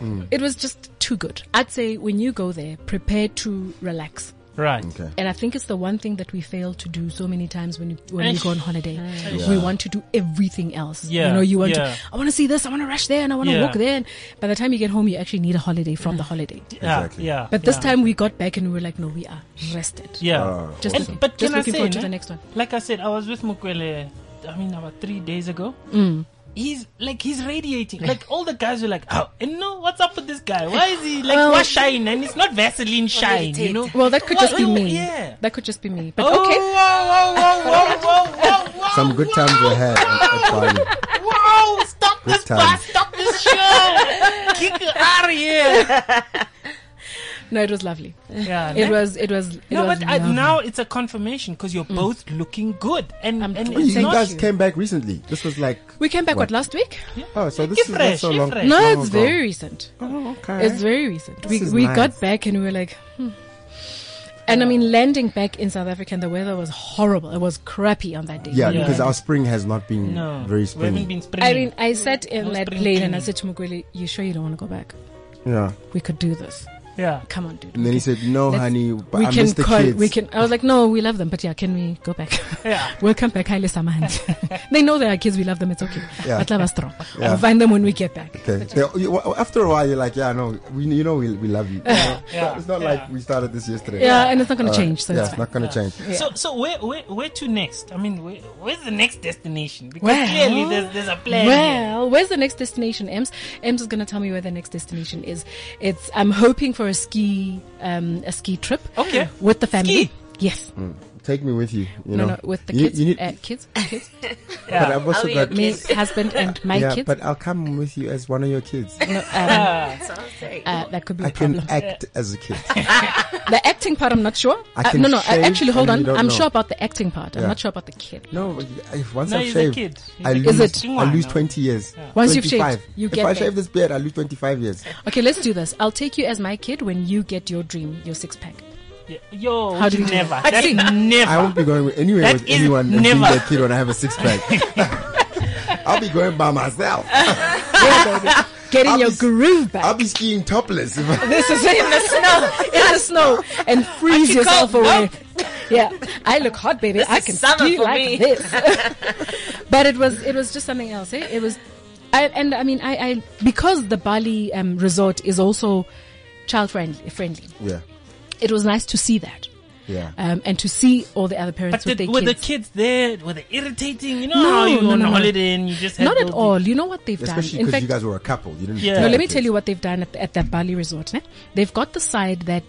Mm. poolside. It was just too good. I'd say when you go there, prepare to relax. right. Okay. And I think it's the one thing that we fail to do so many times when you, when we Eish. go on holiday. Eish. We Yeah. want to do everything else. Yeah, You know, you want yeah. to, I want to see this, I want to rush there, and I want to Yeah. walk there. And by the time you get home, you actually need a holiday from the holiday. Yeah. Exactly. Yeah. But this yeah. time we got back and we were like, no, we are rested. Yeah. Uh, Just, And- looking, but just can I looking say, forward to ne? the next one. like I said, I was with Mukwele. I mean, about three days ago. Mm. He's like he's radiating. Like all the guys were like, "Oh, and no, what's up with this guy? Why is he like Well- what shine?" And it's not Vaseline shine, you know. Well, that could What- just be me. oh, Yeah. That could just be me. But Oh, okay. <laughs> whoa, whoa, whoa, whoa, whoa, whoa, Some good times were had at, at Bali. Whoa! Stop Good this times. bus! Stop this show! Kick her out of <laughs> here! No, it was lovely. Yeah, It was, it was, it No, was but I, lovely. Mm. now it's a confirmation because you're both looking good, and I'm and tw- Well, it's you Thank not. guys you. came back recently. This was like we came back, what, What? last week? oh, so this is not fresh, so you're long. fresh. No, long it's ago. very recent. Oh, okay. It's very recent. This we is we nice. got back and we were like, hmm. and I mean, landing back in South Africa, and the weather was horrible. It was crappy on that day. yeah, Yeah. because our spring has not been No, very we springy. haven't been springy. I mean, I sat in No that spring plane and cleaning. I said to Mugwele, "You sure you don't want to go back? yeah, We could do this. yeah, Come on, dude." and then he said, "No, Let's- honey, but we I can miss the call- kids." we can. I was like, no, we love them, but yeah, can we go back? yeah. <laughs> we'll come back. Hi, Lesamahand. <laughs> they know they are kids. We love them. It's okay. Yeah. But love us strong. Yeah. We'll find them when we get back. Okay. They- you- well, after a while, you're like, "Yeah, no, we, you know, we, we <laughs> love you." <laughs> yeah, it's not yeah. like we started this yesterday. Yeah, and it's not going Uh, to change. So yeah, it's it's fine. not going to change. So, so where, where, where to next? I mean, where, where's the next destination? Because Well- clearly there's, there's a plan. here. Well, where's the next destination, Ems? Ems is going to tell me where the next destination is. It's I'm hoping for a ski um, a ski trip. Okay. With the family. Ski? Yes. Take me with you. You no, know, no, with the You- kids, you need- uh, kids, kids, but I've also I'll be got your me, Kids. husband, and my yeah, kids. but I'll come with you as one of your kids. No, um, So I'm sorry. uh, that could be I a can problem. act as a kid. the acting part, I'm not sure. I Uh, can no, no, I shave actually, hold and on. you don't I'm know. sure about the acting part. I'm Yeah. not sure about the kid. No, but if once No, I've he's a shaved, kid. He's I a kid. Is lose, it? I lose 20 years. Once you've 25. shaved, you if get I there. shave this beard, I lose 25 <laughs> years. Okay, let's do this. I'll take you as my kid when you get your dream, your six pack. Yeah. Yo, How do we do never. that? That's I never. I won't be going with- anywhere That with is anyone and being never. their kid when I have a six <laughs> pack. <laughs> I'll be going by myself. Get in I'll your be- groove back. I'll be skiing topless. <laughs> If I, This is in the snow, in the snow, and freeze can yourself cope. away. Yeah, I look hot, baby. I is can summer ski for like me. this. but it was it was just something else. Eh? It was, I, and I mean, I, I because the Bali um, resort is also child friendly. Friendly. yeah, It was nice to see that, yeah. um, and to see all the other But parents with the, their were the kids. kids there? Were they irritating? You know No, how you no, go on no, no. holiday and you just had Not at those- all. You know what they've Especially done. In because fact, you guys were a couple. You didn't. Yeah. have No, let me kids. tell you what they've done at, at that Bali resort. Ne? They've got the side that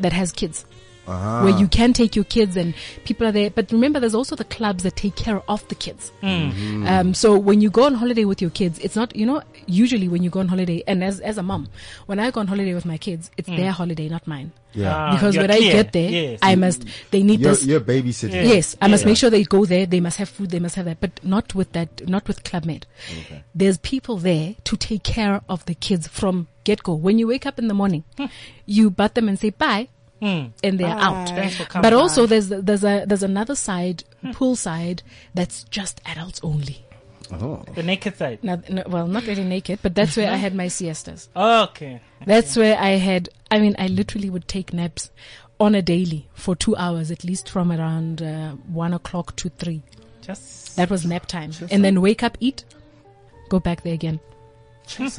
that has kids, Ah. where you can take your kids and people are there. But remember, there's also the clubs that take care of the kids. Mm. Mm-hmm. Um, so when you go on holiday with your kids, it's not you know usually when you go on holiday. And as as a mom, when I go on holiday with my kids, it's their holiday, not mine. Yeah. Mm. Ah, Because you're when I clear. get there, Yes. I must. They need You're, this. you're babysitting. Yes, I must make sure they go there. They must have food. They must have that, but not with that. Not with Club Med. There's people there to take care of the kids from get go. When you wake up in the morning, Hmm. you bat them and say bye, and they're out. Thanks for coming. Hmm. But also, there's there's a there's another side, pool side, that's just adults only. Oh. the naked side. Now, no, well, not really naked, but that's where I had my siestas. okay. That's where I had. I mean, I literally would take naps on a daily for two hours at least, from around uh, one o'clock to three. Just That was nap time. and then wake up, eat, go back there again.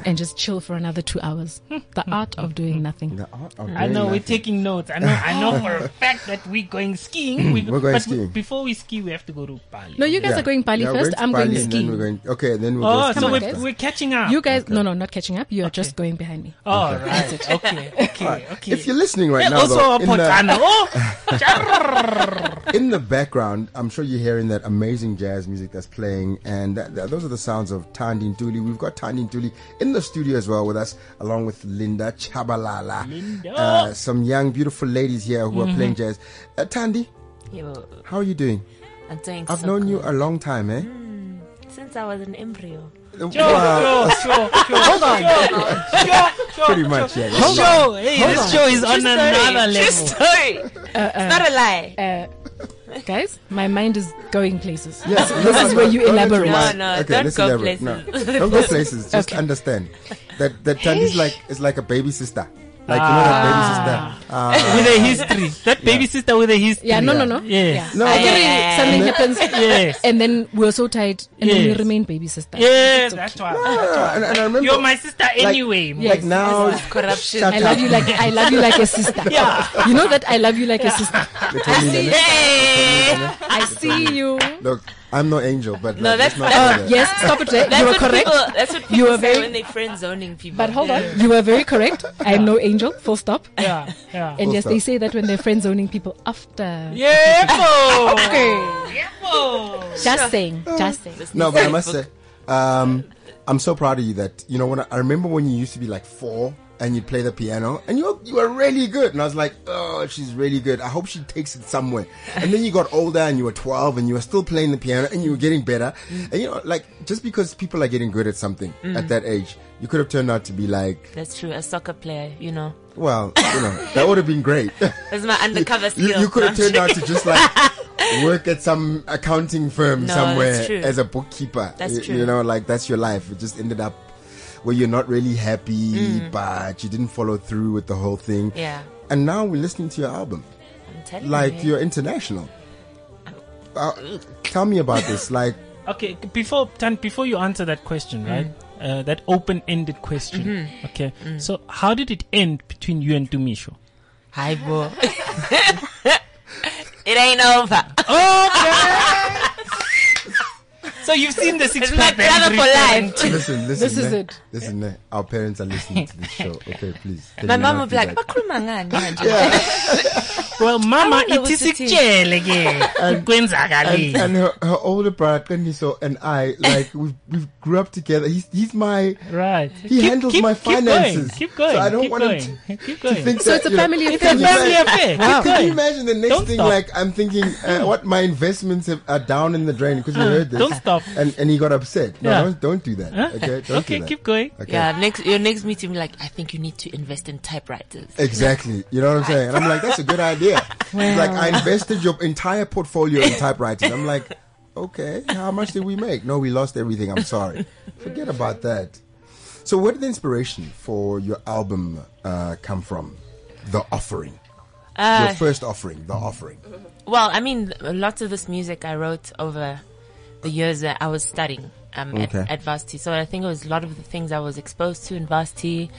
And just chill for another two hours. The art of doing nothing. The art of I doing know we're nothing. taking notes. I know. I know for <laughs> a fact that we're going skiing. We, Mm, We're going but skiing. before we ski, we have to go to Bali. No, you guys Yeah. are going Bali Yeah, we're first. to I'm Bali going and then skiing. we're going- Okay, then we'll oh, go so on, we're, guys. we're catching up. You guys, no, no, not catching up. You are just going behind me. All right. Okay. Okay. Okay. If you're listening right And now, also though, a in, the, Potsdam. <laughs> Oh, in the background, I'm sure you're hearing that amazing jazz music that's playing, and that, that- those are the sounds of Tandin Dooley. We've got Tandin Dooley in the studio as well with us, along with Linda Chabalala. Linda. Mm-hmm. Uh, some young, beautiful ladies here who are playing jazz. Uh, Tandy, <laughs> Yo, how are you doing? I'm doing I've so known you good. a long time, eh? since I was an embryo. Wow. <laughs> Joe, Joe, Joe, Hold on. Joe, Pretty much, yeah. This show, hey, this show is on another True level. story. it's not a <laughs> lie. Uh, guys, my mind is going places. Yeah, This is where you elaborate. No, no, don't go No. places. Don't go places. Just Okay. understand that that Tandi's like is like a baby sister. Like you know Ah. that baby sister. Uh, With a history. That baby sister with a history. Yeah, no, no, no. Yes. No, I but- get it. Yeah. Something happens. Yes. And then we're so tight. And then we Yes. remain baby sister. Yeah, It's okay. that's why. uh, and, and I remember You're my sister anyway. Yeah. like now This is corruption. <laughs> shut I love up. you like I love you like a sister. <laughs> Yeah. You know that I love you like a sister. They told <laughs> me that- Hey! I see you. Look, I'm no angel, but No, like, that's- let's not that's- do that. <laughs> Yes, stop it. there. That's You were what correct. people. That's what people You were say very- when they friend zoning people. But hold on, you were very <laughs> correct. I am no angel. Full stop. Yeah. Yeah. And Full yes, they stop. say that when they're friend zoning people after. Yeah. <laughs> <laughs> Okay. Oh. Just saying. Just saying. No, but I must say, um, I'm so proud of you that you know when I, I remember when you used to be like four and you'd play the piano and you were, you were really good and I was like, oh, she's really good. I hope she takes it somewhere. And then you got older and you were 12 and you were still playing the piano and you were getting better. And you know, like just because people are getting good at something at that age, you could have turned out to be like, That's true. A soccer player, you know. well, you know, that would have been great. <laughs> That's my undercover you, skill. you could have No, I'm <laughs> turned out to just like work at some accounting firm No, somewhere that's true. as a bookkeeper. That's you, true. you know, like that's your life. It just ended up where you're not really happy, but you didn't follow through with the whole thing. Mm. Yeah. And now we're listening to your album. I'm telling Like you. you're international. Uh, tell me about <laughs> this. Like, Okay, before Tan, before you answer that question, right? Uh, that open-ended question. Okay, so how did it end between you and Dumisho? <laughs> Hi, <laughs> boy. it ain't over. Okay. So you've seen <laughs> the six My pack and brother three for pack. life. Listen, listen. This is eh? it. Listen, eh? our parents are listening to this show. Okay, please. Can My you mom not would be do like, that? "Bakhuluma ngani manje?" Well, mama, wonder it what is it is. ikutshele ke. <laughs> and, Ukwenzakale. and her, her older brother Kendiso and I, like <laughs> we we grew up together. He's he's my Right. he handles my finances. Keep going. So Keep going. I don't keep want going. <laughs> him to, keep to going. think So that, it's a you know, family it's affair. a family affair. Keep Can you going. imagine the next Don't thing? stop. Hmm. Like I'm thinking, uh, what my investments have, are down in the drain because we heard this. don't stop. And and he got upset. No, Yeah. don't don't do that. Okay, don't Okay, do that. keep going. Okay. Yeah, next your next meeting, like I think you need to invest in typewriters. Exactly. You know what I'm saying? And I'm like, that's a good idea. He's like, I invested your entire portfolio <laughs> in typewriting. I'm like, okay, how much did we make? No, we lost everything. I'm sorry. Forget about that. So, where did the inspiration for your album uh, come from? The Offering. your Uh, first offering, The Offering. well, I mean, lots of this music I wrote over the years that I was studying um, Okay. at, at varsity. So I think it was a lot of the things I was exposed to in varsity,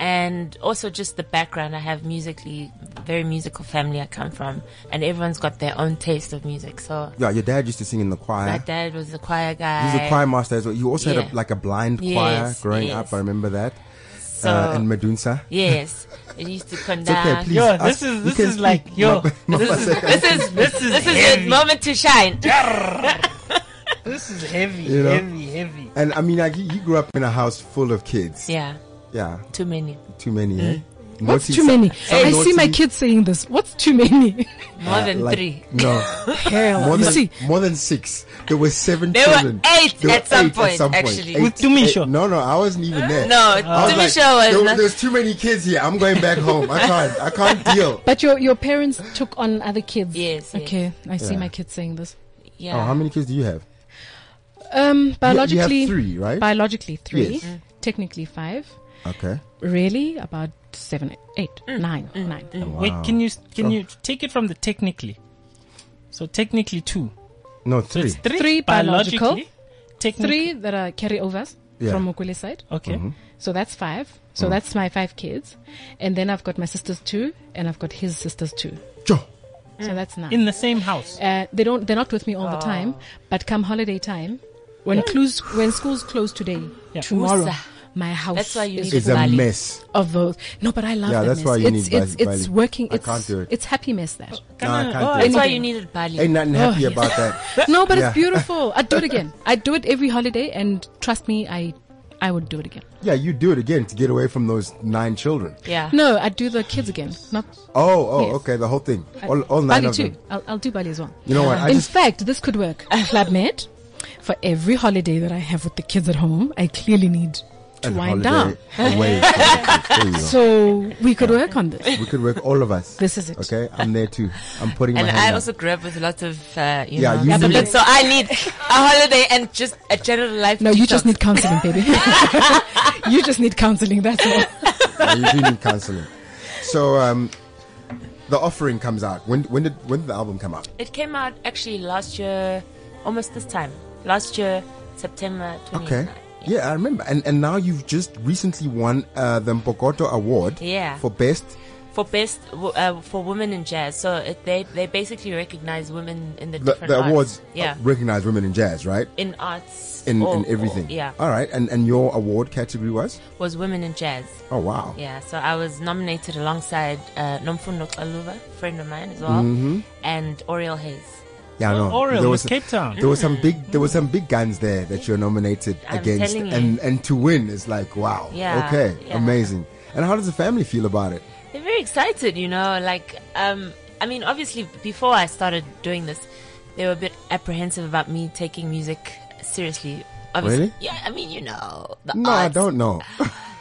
and also just the background I have musically, very musical family I come from, and everyone's got their own taste of music. So Yeah, your dad used to sing in the choir. my dad was a choir guy. He's a choir uh, master as well. You also had Yeah. a, like a blind Yes, choir growing yes. up. I remember that. So uh, in Medunsa. yes, it used to It's conduct. okay, please. Yo, ask- this you is this can is speak. like <laughs> yo. Ma- Ma- This is This is this is this is heavy. the moment to shine. This is heavy, You know? heavy, heavy. And I mean, like, you you grew up in a house full of kids. Yeah, Yeah, too many. too many. Eh? What's Naughty too many? some I see my naughty- kids saying this. What's too many? More uh, than like- three. No, Hell, more you than see, more than six. There were seven There were children. eight at some point, actually. Eight- With Tumisho. eight- No, no, I wasn't even there. No, I was like, Tumisho was there, not- There's too many kids here. I'm going back home. I can't. I can't deal. <laughs> but your your parents took on other kids. Yes, yes. Okay, I see Yeah. my kids saying this. Yeah. Oh, how many kids do you have? Um, biologically, you have three, right? biologically three, Yes. Mm. technically five, okay. really about seven, eight, Mm. nine, nine. Wait, can you can Oh. you take it from the technically? So technically two. No, So three. it's three, Three biologically. biological, Technically. Three that are carryovers Yeah. from Mokule side. Okay. Mm-hmm. So that's five. So Mm. that's my five kids, and then I've got my sisters two, and I've got his sisters two. Jo. Mm. So that's nine. In the same house. uh, they don't they're not with me all the Oh. time but come holiday time when clues when schools close today Yeah. tomorrow Usa. my house That's why you is need It's a Bali. mess. of those no but i love Yeah, that that's mess. why you it's need it's Bali- it's Bali. working I it's can't do it. it's happy mess that No, I Kinda- can't oh, do That's it. why you needed Bali. Ain't nothing happy yes. about that. <laughs> no but Yeah. it's beautiful i'd do it again <laughs> i'd do it every holiday and trust me i i would do it again Yeah, you do it again to get away from those nine children. yeah. no i'd do the kids again not Oh, oh, Yes. okay, the whole thing, all, all nine Bali of too. them. I'll, I'll do Bali as well. You know what, I In just- fact, this could <laughs> work. Club Med, for every holiday that I have with the kids at home, I clearly need to And wind holiday down. away from the kids. There you go. So we could work on this. We could work all of us. This is it. Okay, I'm there too. I'm putting Oh And my hand I up. also grew up with lots of, uh, you Yeah, know, you siblings. need- so I need a holiday and just a general life. No, you just detox. need counseling, baby. <laughs> you just need counseling. That's all. Yeah, you do need counseling. So, um, the offering comes out. When when did when did the album come out? It came out actually last year, almost this time. Last year, September 29th. Okay. Yeah, I remember. And and now you've just recently won uh, the Mpokoto Award. Yeah. For best. For best, w- uh, for women in jazz. So it, they, they basically recognize women in the, The, different the arts. awards Yeah. recognize women in jazz, right? in arts. In or- in everything. or- yeah. All right. And and your award category was? Was women in jazz. Oh wow. Yeah, so I was nominated alongside uh, Nomfundo Kaluva, friend of mine as well, Mm-hmm. and Oriel Hayes. Yeah, I know. Oriel There with was- Cape Town. There were some big, there were some big guns there that you're nominated I'm against, telling you. and and to win is like wow. Yeah, Okay. yeah. Amazing. And how does the family feel about it? They're very excited, you know. Like, um, I mean, obviously, before I started doing this, they were a bit apprehensive about me taking music seriously. Obviously, Really? Yeah, I mean, you know, the No, I arts. Um, don't know. <laughs>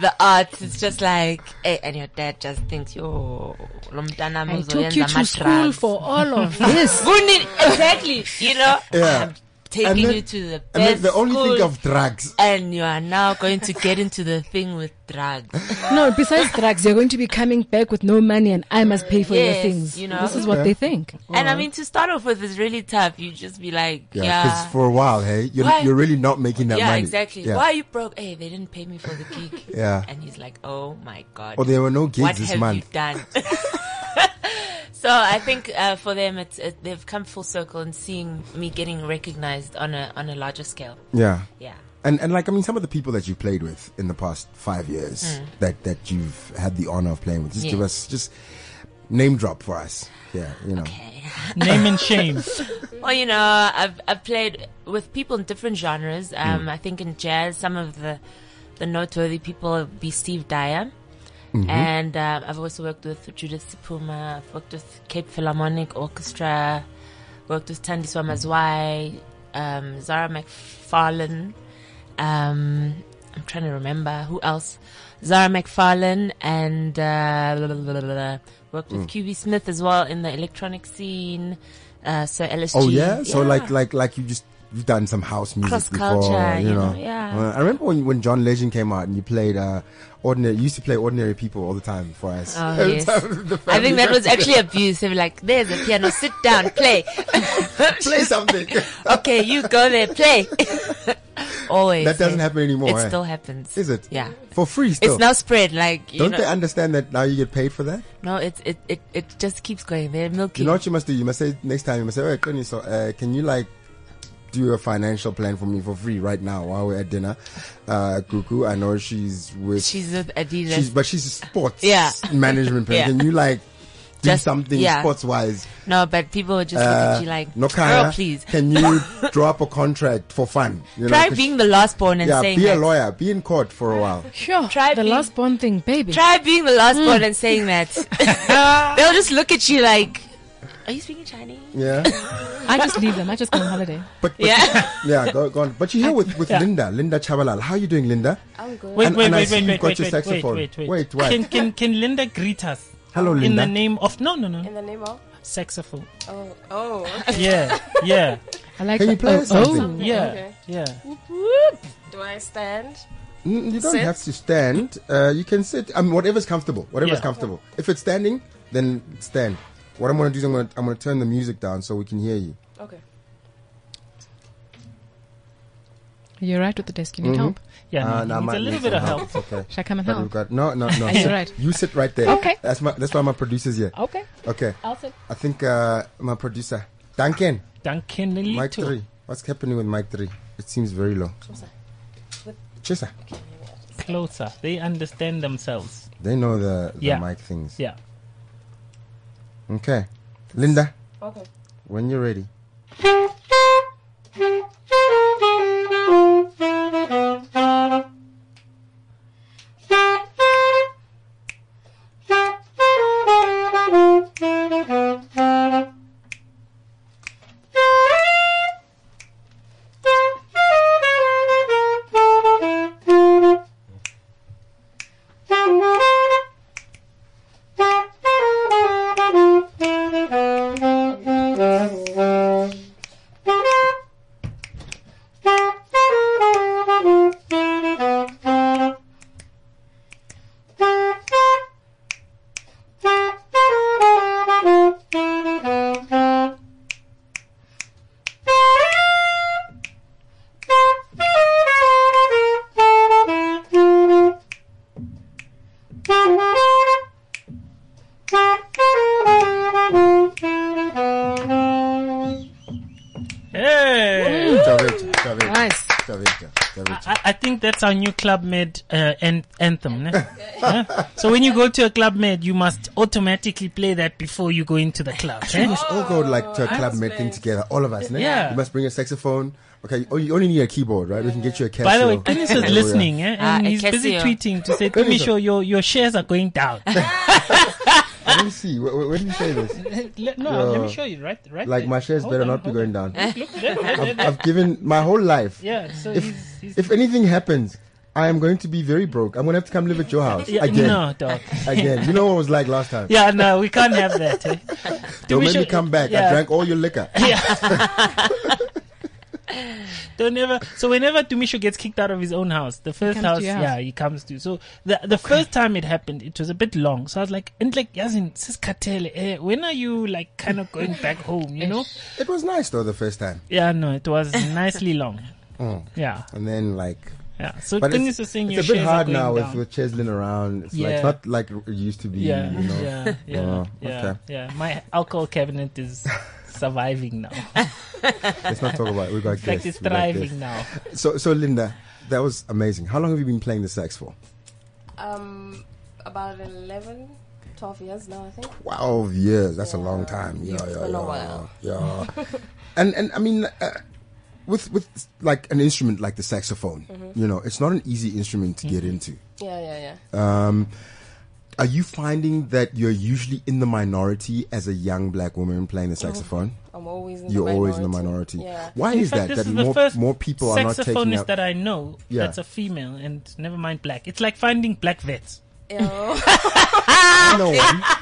The arts. It's just like, eh, and your dad just thinks, yo, lomtana I took muzoyenza you to school ma-drugs." for all of <laughs> this. Kuni- exactly, you know. <laughs> Yeah. I'm taking And then- you to the best And then they only think school. of drugs. and you are now going to get into the thing with drugs. <laughs> No, besides drugs, you're going to be coming back with no money, and I must pay for your Yes, things. you know. This is what Okay. they think. And I mean, to start off with, it's really tough. You just be like, Uh-huh. Yeah, yeah, because for a while, hey, you're, Why- you're really not making that Yeah, money. exactly. Yeah. Why are you broke? Hey, they didn't pay me for the gig. <laughs> Yeah. And he's like, oh my god. Or there were no gigs what this have month. you done? <laughs> So I think uh, for them, it's it, they've come full circle and seeing me getting recognized on a on a larger scale. Yeah. Yeah. And and like I mean, some of the people that you played with in the past five years that that you've had the honor of playing with, just give Hmm. Yeah. us just name drop for us. Yeah, you know. Name <laughs> and shame. Well, you know, I've I've played with people in different genres. Mm. Um, I think in jazz, some of the the noteworthy people would be Steve Dyer, Mm-hmm. and um, I've also worked with Judith Sipuma. I've worked with Cape Philharmonic Orchestra. Worked with Tandiswa Mazwai, um, Zara McFarlane. Um, I'm trying to remember who else. Zara McFarlane and uh, blah, blah, blah, blah, blah. worked Mm. with QB Smith as well in the electronic scene. Uh, so LSG. Oh yeah? so Yeah. like like like you just you've done some house music Cross before, culture, you you know. know, yeah. Uh, I remember when when John Legend came out and you played uh ordinary. You used to play ordinary people all the time for us. <laughs> Oh, yes. I think that was actually abuse. They were like, there's a piano, sit down, play. <laughs> Play something. <laughs> <laughs> okay, you go there, play. Always. that doesn't yeah. happen anymore. It eh? still happens. Is it? Yeah. For free still. It's now spread like you Don't know, they understand that now you get paid for that? no, it's it, it it just keeps going. They're milky. You know what you must do? You must say next time. You must say, "Hey, Connie, so uh, can you like do a financial plan for me for free right now while we're at dinner?" Uh, Cuckoo, I know she's with, She's with Adidas. she's but she's a sports Yeah. management person. <laughs> Yeah. Can you like do Just- something yeah. sports wise? no, but people would just look at you like, Uh, no, eh?" girl, please. Can <laughs> you draw up a contract for fun? You know, Try 'cause- being the last born and yeah, saying be a that. lawyer, be in court for <laughs> a while. Sure. Try the being- last born thing, baby. Try being the last Hmm. born and saying that. <laughs> <laughs> They'll just look at you like, are you speaking Chinese? Yeah, I just leave them. I just go on <laughs> holiday. but, but Yeah. <laughs> yeah, go, go on. But you're here with, with Yeah. Linda, Linda Chabalal. How are you doing, Linda? Wait, And- wait, and I wait, see wait, you've wait, got wait, your wait, wait, saxophone. wait, wait. Wait, what? Can, can, can Linda greet us? Hello, In Linda. the name of, no, no, In no, the name of? saxophone. Oh, oh, Yeah, <laughs> yeah, I like Can the- you play oh, us something? Oh. yeah, Okay. yeah. do I stand? Mm, You don't Sit? have to stand. Uh, you can sit. I mean, whatever's comfortable. Whatever's Yeah. comfortable. If it's standing, then stand. What I'm gonna do is I'm gonna I'm gonna turn the music down so we can hear you. Okay. You're right with the desk. You need help. Yeah, Uh, no, he nah, I needs might a little need bit some of help. It's okay. Should I come and But we've help? got no, no, no. Are you Sit- right? You sit right there. Okay. That's my. That's why my producer's here. Okay. Okay. I'll sit. I think uh, my producer Duncan Duncan Mike Lito. three. What's happening with Mike three? It seems very low. Chesa. Closer. They understand themselves. They know the, the Yeah. mic things. Yeah. Okay. Linda, Okay. when you're ready. Hey! Chavecha, chavecha, Nice. chavecha, chavecha. I, I think that's our new club med uh, an- anthem. <laughs> ne? Huh? So when you go to a club med, you must automatically play that before you go into the club. <laughs> eh? We must all go like to a club was meeting playing. together, all of us. ne? Yeah. You must bring a saxophone. Okay. Oh, you only need a keyboard, right? We can get you a Casio. Oh, By the way, <laughs> Dennis is listening, eh? and Ah, he's busy Ecclesio. tweeting to say, "Be sure your your shares are going down." <laughs> Let me see. Where, where did you say this? Le- no, Yo. let me show you. Right, right. Like there. my shares Hold better on, not be hold going down. on. Look, there, there, there, there. I've given my whole life. <laughs> Yeah. So If he's. he's if anything happens, I am going to be very broke. I'm gonna have to come live at your house yeah, again. No, dog. Again. You know what it was like last time. Yeah, no, we can't have that. <laughs> Eh? Don't we make me should- come back. I yeah. drank all your liquor. Don't ever. So whenever Dumisho gets kicked out of his own house, the first comes to house, your house. yeah, he comes to. So the the first time it happened, it was a bit long. So I was like, and like, Yasin, sis Katele, eh, when are you like kind of going back home? You know? It was nice though the first time, <laughs> Yeah, no, it was nicely long. Yeah. and then like Yeah. So Oh. But thing it's, is, the thing your it's a bit shares are hard going now down. if you're chiseling around. It's like Yeah. it's not like it used to be. yeah, you know? yeah, yeah, Oh, yeah, okay. yeah. My alcohol cabinet is surviving <laughs> now. Let's not talk about it. We got It's like guests. it's we got guests. thriving now. So so Linda, that was amazing. How long have you been playing the sax for? Um, about 11, 12 years now, I think. Twelve years. That's a long time. Yeah, yeah, yeah. been a while. Yeah. <laughs> and and I mean, uh, with with like an instrument like the saxophone, Mm-hmm. you know, it's not an easy instrument to get into. Yeah, yeah, yeah. Um, are you finding that you're usually in the minority as a young black woman playing the saxophone? I'm always Mm-hmm. in You're the minority. always in the minority. Yeah. Why In is that? fact, <laughs> this That is the more first more people are not taking <laughs> saxophonist up. that I know Yeah. that's a female, and never mind black. It's like finding black vets. Ew. no,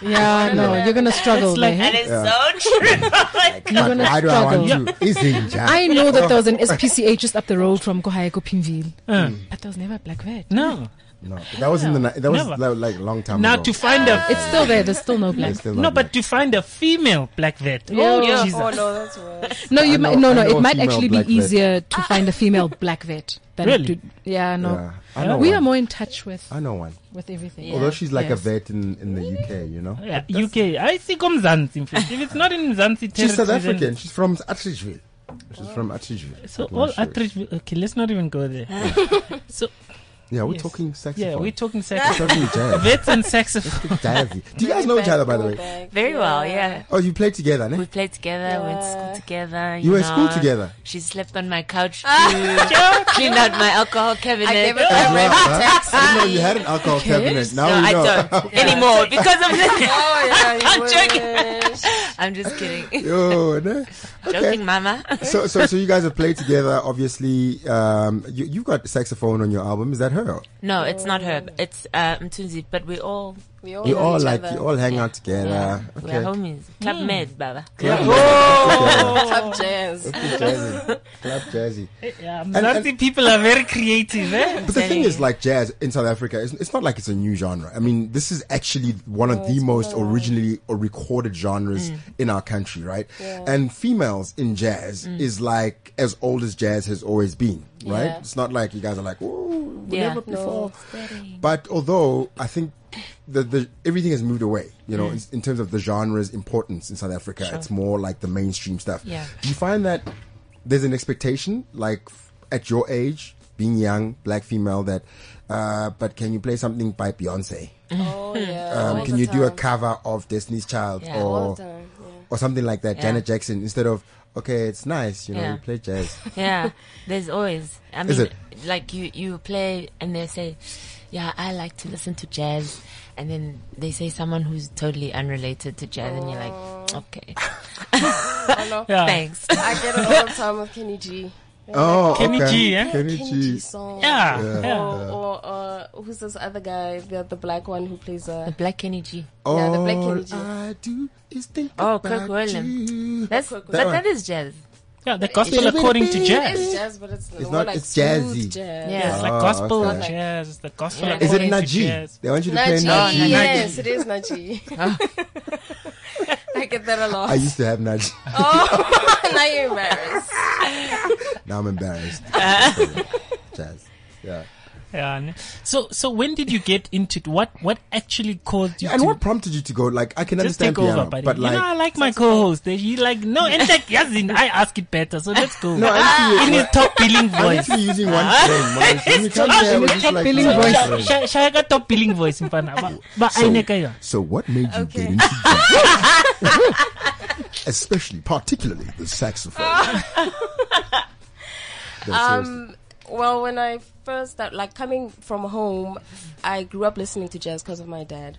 Yeah, no, you're gonna struggle It's like- there. That is so true. Like, You're gonna why do I struggle. want to? Is it <laughs> I know that there was an SPCA just up the road from Kohayeko Pimville, Hmm. Uh, but there was never a black vet. No, No, that was in the ni- that was Never. li- like a long time now ago. to find a It's still there. There's still no black. It's still no, not but to find a female black vet. Oh, Yeah. Jesus. Oh, no, <laughs> that's worse. No, I you know- might, no, I no. know a It might female actually be black vet. easier to find a female black vet than Really? to, yeah, black. no. Yeah, I know We one. are more in touch with I know one. with everything. Although she's like Yes. a vet in, in the UK, you know. Yeah, UK. I think I'm Zanzi. in fact. If it's not in Zanzi territory, She's South then- African. She's from Atteridgeville. She's from Atteridgeville. So I'm all sure. Atridge. Okay, let's not even go there. so Yeah, we're Yes. talking saxophone. yeah, we're talking We're saxophone, talking <laughs> jazz. vets and saxophone. Jazzy. Do you guys know each other, by the way? Go back. very well, yeah. Oh, you played together, We ne? played together, went to school Yeah. together. You, You were in school know. together? She slept on my <laughs> <laughs> couch, to cleaned out my alcohol cabinet. I never got As well, my huh? I didn't know you taxi. had an alcohol cabinet. Now no, we I know. <laughs> don't anymore because of <laughs> this. Oh, yeah, you I'm joking. wish. I'm just kidding. Yo, ne? Joking, mama. So, so, so you guys have played together. Obviously, um, you, you've got saxophone on your album. Is that her? No, it's not her. but It's uh, Mtunzi, but we all We all, You know all each like other. you all hang out together. we are Okay. homies. Club med, baba. Club <laughs> jazz. Club jazzy. Club jazzy. Yeah, and- Zanzi people are very creative. Eh? But the thing is, like jazz in South Africa, it's, it's not like it's a new genre. I mean, this is actually one of the most originally or recorded genres Mm. in our country, right? And females in jazz is like as old as jazz has always been, right? Mm. Yeah. It's not like you guys are like, oh, Yeah. never before. No. But although I think the, the everything has moved away, you know, in, Mm. in terms of the genre's importance in South Africa, it's more like the mainstream stuff. Yeah. Do you find that there's an expectation, like f- at your age, being young, black female, that, uh, but can you play something by Beyonce? Oh, yeah. Um, all can the you do a time. cover of Destiny's Child Yeah. All or the time, yeah. or something like that, Yeah. Janet Jackson, instead of okay, it's nice, you know, Yeah. you play <laughs> jazz. Yeah, there's always. I mean, Is like you you play and they say, "Yeah, I like to listen to jazz," and then they say someone who's totally unrelated to jazz, and you're like, Oh. "Okay, I know. Yeah. thanks." I get it all the time with Kenny G. oh, Kenny okay. G, eh? <laughs> Kenny Kenny G. G song. Yeah, yeah. Or, or uh, who's this other guy? The the black one who plays uh, <laughs> The Black energy. All Yeah, the Black Kenny G. I do is think Oh, about Kirk Willem. you. That's That but one. that is jazz. Yeah, the gospel according to It's jazz. jazz, but it's, more not- like it's jazzy. smooth Yeah. jazz. Yeah, it's like Oh, gospel okay. Like- jazz. The gospel Yeah. Is it according to Najee? jazz. They want you to play Najee, Najee. Najee. yes, it is Najee. <laughs> I get that a lot. <laughs> I used to have Najee. oh, now you're embarrassed. Now I'm <laughs> embarrassed. Uh-huh. Jazz. Yeah. Yeah. ne- So, so when did you get into it? what? What actually caused you And to what prompted you to go? Like, I can just understand take piano, over, buddy? but you know, I like, like my co-host. They- He like no, and <laughs> like Yazin, I ask it better. So let's go. no, Ah! I'm <laughs> in his top billing voice. actually using <laughs> one frame. You can't say I was just like Billing one voice. frame. Sha- Sha- Shaya got top billing voice in Pana. But, but I never got- So what made you get into jazz? <laughs> Especially, particularly the saxophone. No, seriously. Ah. Um, well, when I first started, like coming from home, I grew up listening to jazz because of my dad.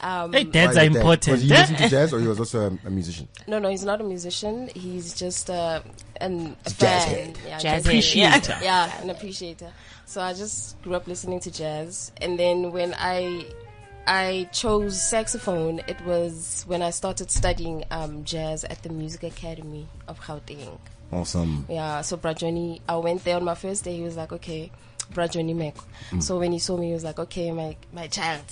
Um, Hey, dads Why are your dad? important. Was he eh? listening to jazz, or he was also a, a musician? No, no, he's not a musician. He's just uh, an a jazz fan. head. Yeah, Jazz head, head. yeah. Appreciator. Yeah, an appreciator. So I just grew up listening to jazz, and then when I I chose saxophone, it was when I started studying um, jazz at the Music Academy of Gauteng. Awesome. Yeah, so Brajoni, I went there on my first Mm. day. He was like, okay, Brajoni Mek. So when he saw me, he was like, okay, my, my child,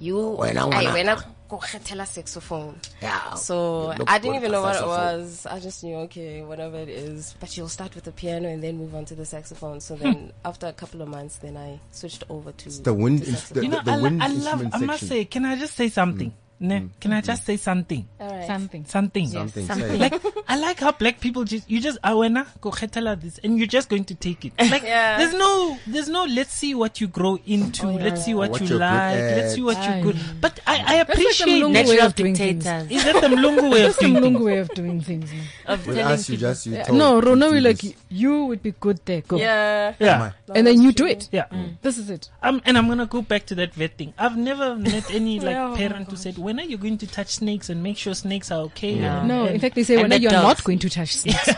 You Wena I ngwana. when I go kgethela saxophone. Yeah. So It looks I didn't good even for know what it saxophone. was. I just knew okay, whatever it is. But you'll start with the piano and then move on to the saxophone. So then after a couple of months, then I switched over to Hmm. the wind to ins- saxophone. You know, The- the I, li- wind I love. instrument I must section. Mm. say, can I just say something? Ne? Can I just say something? All right. Something. Something. Something. say it. Something. Like I like how black people just you just awena go kgetela this and you're just going to take <laughs> it. Like Yeah. there's no there's no let's see what you grow into, let's see what, What you you're good like, at. let's see what Oh, Aye. you're good. But I, I That's like the appreciate Mlungu that. way Natural of doing things. dictators Is that the mlungu way of That's the doing long things? way of doing things. man. of With telling us, you people. just you told No, you Rono, do we like this. you would be good there. Go. Yeah. Yeah, No, And then that's you do true. it. yeah. This is it. Um, and I'm gonna go back to that vet thing. I've <laughs> never met any like Oh my parent who said, "When are you going to touch snakes and make sure snakes are okay?" and- No, Um, and in fact, they say And when the you're dogs. not going to touch snakes.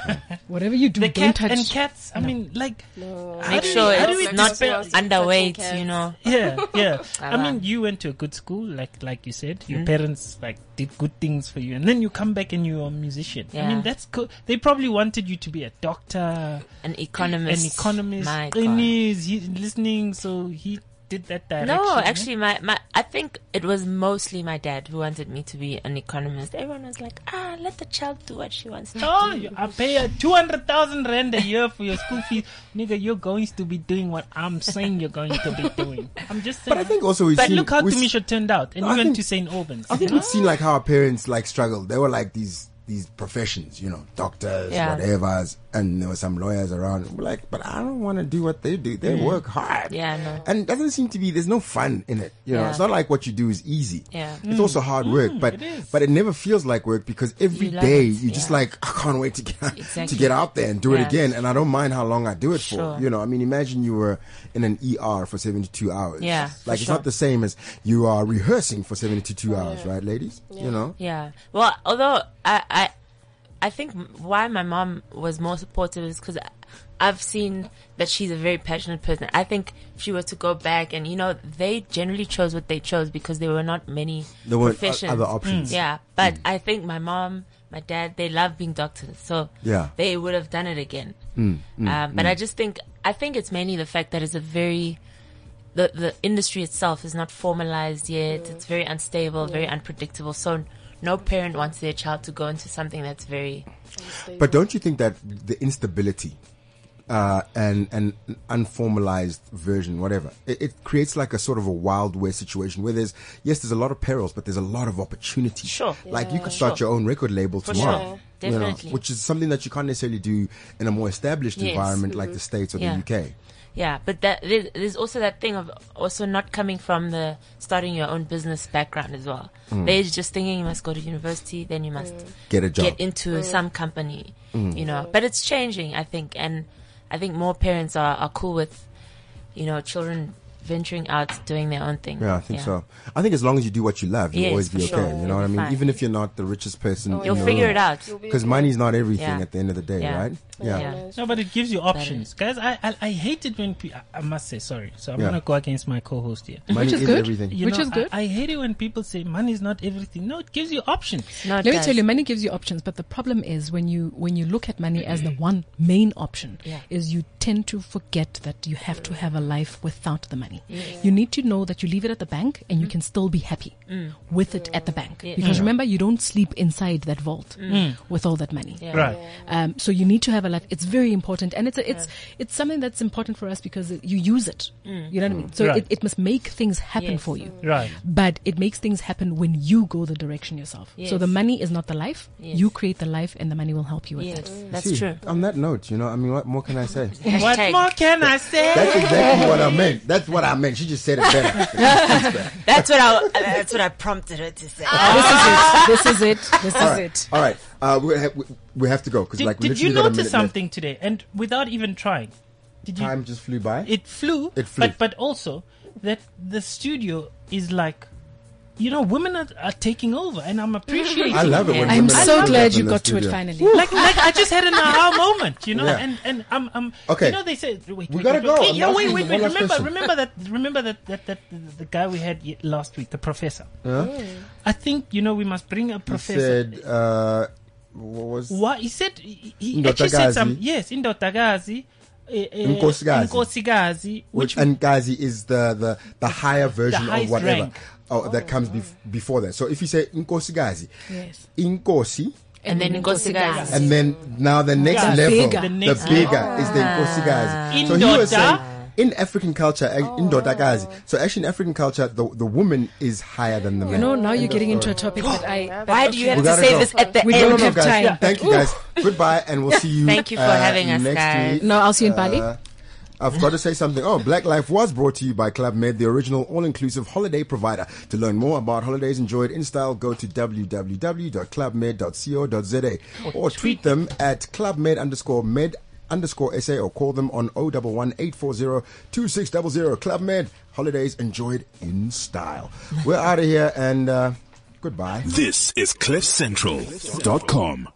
Whatever you do, the don't cats touch. and cats. I mean, like, No. How Make do we- sure how do we it's not dispel- underweight, cats? you know. yeah, yeah. I Baba. mean, you went to a good school, like like you said. Your parents like did good things for you, and then you come back and you're a musician. I mean, Yeah. that's cool. They probably wanted you to be a doctor, An an economist. economist. My And God. he's he, listening, so he did that direction. No, eh? actually, my, my I think it was mostly my dad who wanted me to be an economist. Everyone was like, ah, let the child do what she wants to No, you, I pay her 200,000 rand a year for your school fees. <laughs> Nigga, you're going to be doing what I'm saying you're going to be doing. I'm just saying. But I think also we've But seen. look how we've seen- Tumisha turned out, and No, you I went think- to St. Albans. I think we've seen like how our parents like struggled. They were like these these professions, you know, doctors, Yeah. whatever's, and there were some lawyers around. We're like, but I don't want to do what they do. They work hard. Yeah, no. And it doesn't seem to be. There's no fun in it. You know, Yeah. it's not like what you do is easy. Yeah. Mm. it's also hard work, but is. but it never feels like work because every You love day it, you're just yeah. like, I can't wait to get <laughs> to Exactly. get out there and do it Yeah. again. And I don't mind how long I do it Sure. for. You know, I mean, imagine you were in an ER for 72 hours. Yeah, for like it's sure. not the same as you are rehearsing for 72 hours, right, ladies? You know? Yeah. Well, although I, I, I think m- why my mom was more supportive is because I've seen that she's a very passionate person. I think if she were to go back and you know they generally chose what they chose because there were not many There weren't o- professions. other options. Yeah, but I think my mom, my dad, they love being doctors, so Yeah. they would have done it again. um, but I just think I think it's mainly the fact that it's a very the, the industry itself is not formalized yet. It's very unstable, very unpredictable. So no parent wants their child to go into something that's very But don't you think that the instability uh, and an unformalized version, whatever, it, it creates like a sort of a wild west situation where there's yes, there's a lot of perils, but there's a lot of opportunity. Sure. like you could start your own record label tomorrow. sure. you know, Definitely. which is something that you can't necessarily do in a more established Yes. Mm-hmm. environment like the states or the Yeah. UK. yeah. But that there- there's also that thing of also not coming from the starting your own business background as well. They're just thinking you must go to university, then you must Get a job. Mm. get into some company, you know. But it's changing, I think, and I think more parents are, are cool with, you know, children venturing out doing their own thing. Yeah, I think so. I think as long as you do what you love, you'll Yes, always be okay. for sure. You know what I mean? Fine. Even if you're not the richest person, in You'll your figure room. it out. You'll be Because okay. money's not everything Yeah. at the end of the day, Yeah. right? Yeah. Yeah. No, but it gives you options, guys. I, I I hate it when pe- I, I must say sorry. So I'm Yeah. gonna go against my co-host here. Money Which is Mm. is good. everything. You Which know, is good. I, I hate it when people say money is not everything. No, it gives you options. No, it Let me does. tell you, money gives you options, but the problem is when you when you look at money as the one main option, Mm-hmm. Yeah. is you tend to forget that you have to have a life without the money. You need to know that you leave it at the bank and Mm. you can still be happy with it at the bank, because remember you don't sleep inside that vault Mm. with all that money. Mm. Right. Um, so you need to have a life. It's very important, and it's a, it's it's something that's important for us because you use it. You know what I mean. So Right. it, it must make things happen Mm. Yes. for you Right. but it makes things happen when you go the direction yourself. So Yes. the money is not the life. Yes. You create the life, and the money will help you with Yes, that. that's See, true. On that note, you know, I mean, what more can I say? What Hashtag. more can I say? That's exactly what I meant. That's what I meant. She just said it better. That's what I. That's what I prompted her to say. Ah. This is it. This All is it. This is right. it. All right. Uh, we, have, we, we have to go because Did, like we did you literally got a minute notice left. something today? And without even trying, did you? Time just flew by. It flew. It flew. But but also that the studio is like, you know, women are, are taking over, and I'm appreciating. I love it when I'm I'm women are so like that glad you in the got to it studio. finally. like, like I just had an aha moment, you know, Yeah. and and I'm I'm Okay. You know, they said wait, We wait, gotta wait, go. Wait, I'm yeah, asking wait, you wait, one wait. last Remember, question. remember that, remember that that that the, the guy we had ye- last week, the professor. I think you know we must bring a He professor. said, uh, what was what he said, he, he Ndoda actually said Gazi. some yes in Dotagazi. eh, eh, Inkosikazi. Inkosikazi, which which Nkazi is the the the higher version of highest whatever rank. oh, that comes bef- before that. So if you say Nkosigazi, Yes. Inkosi, And then Nkosikazi. and then now the next Yeah. level, bigger. the, The next bigger is the Nkosigazi. So he was saying. Indoda. In African culture, oh. Indodagazi. So actually, in African culture, the the woman is higher than the man. You know, Oh, now you're getting into a topic that I. Why do you have We to gotta say go. this at the We end? don't have guys. time. Yeah. Thank you, <laughs> guys. Goodbye, and we'll see you. uh, Thank you for having us, next guys. week. No, I'll see you in Bali. Uh, I've got to say something. Oh, Black Life was brought to you by Club Med, the original all-inclusive holiday provider. To learn more about holidays enjoyed in style, go to www.clubmed.co.za or tweet them at clubmed underscore med underscore SA or call them on 011-840-2600. Club Med, holidays enjoyed in style. We're out of here and uh, goodbye. This is CliffCentral.com.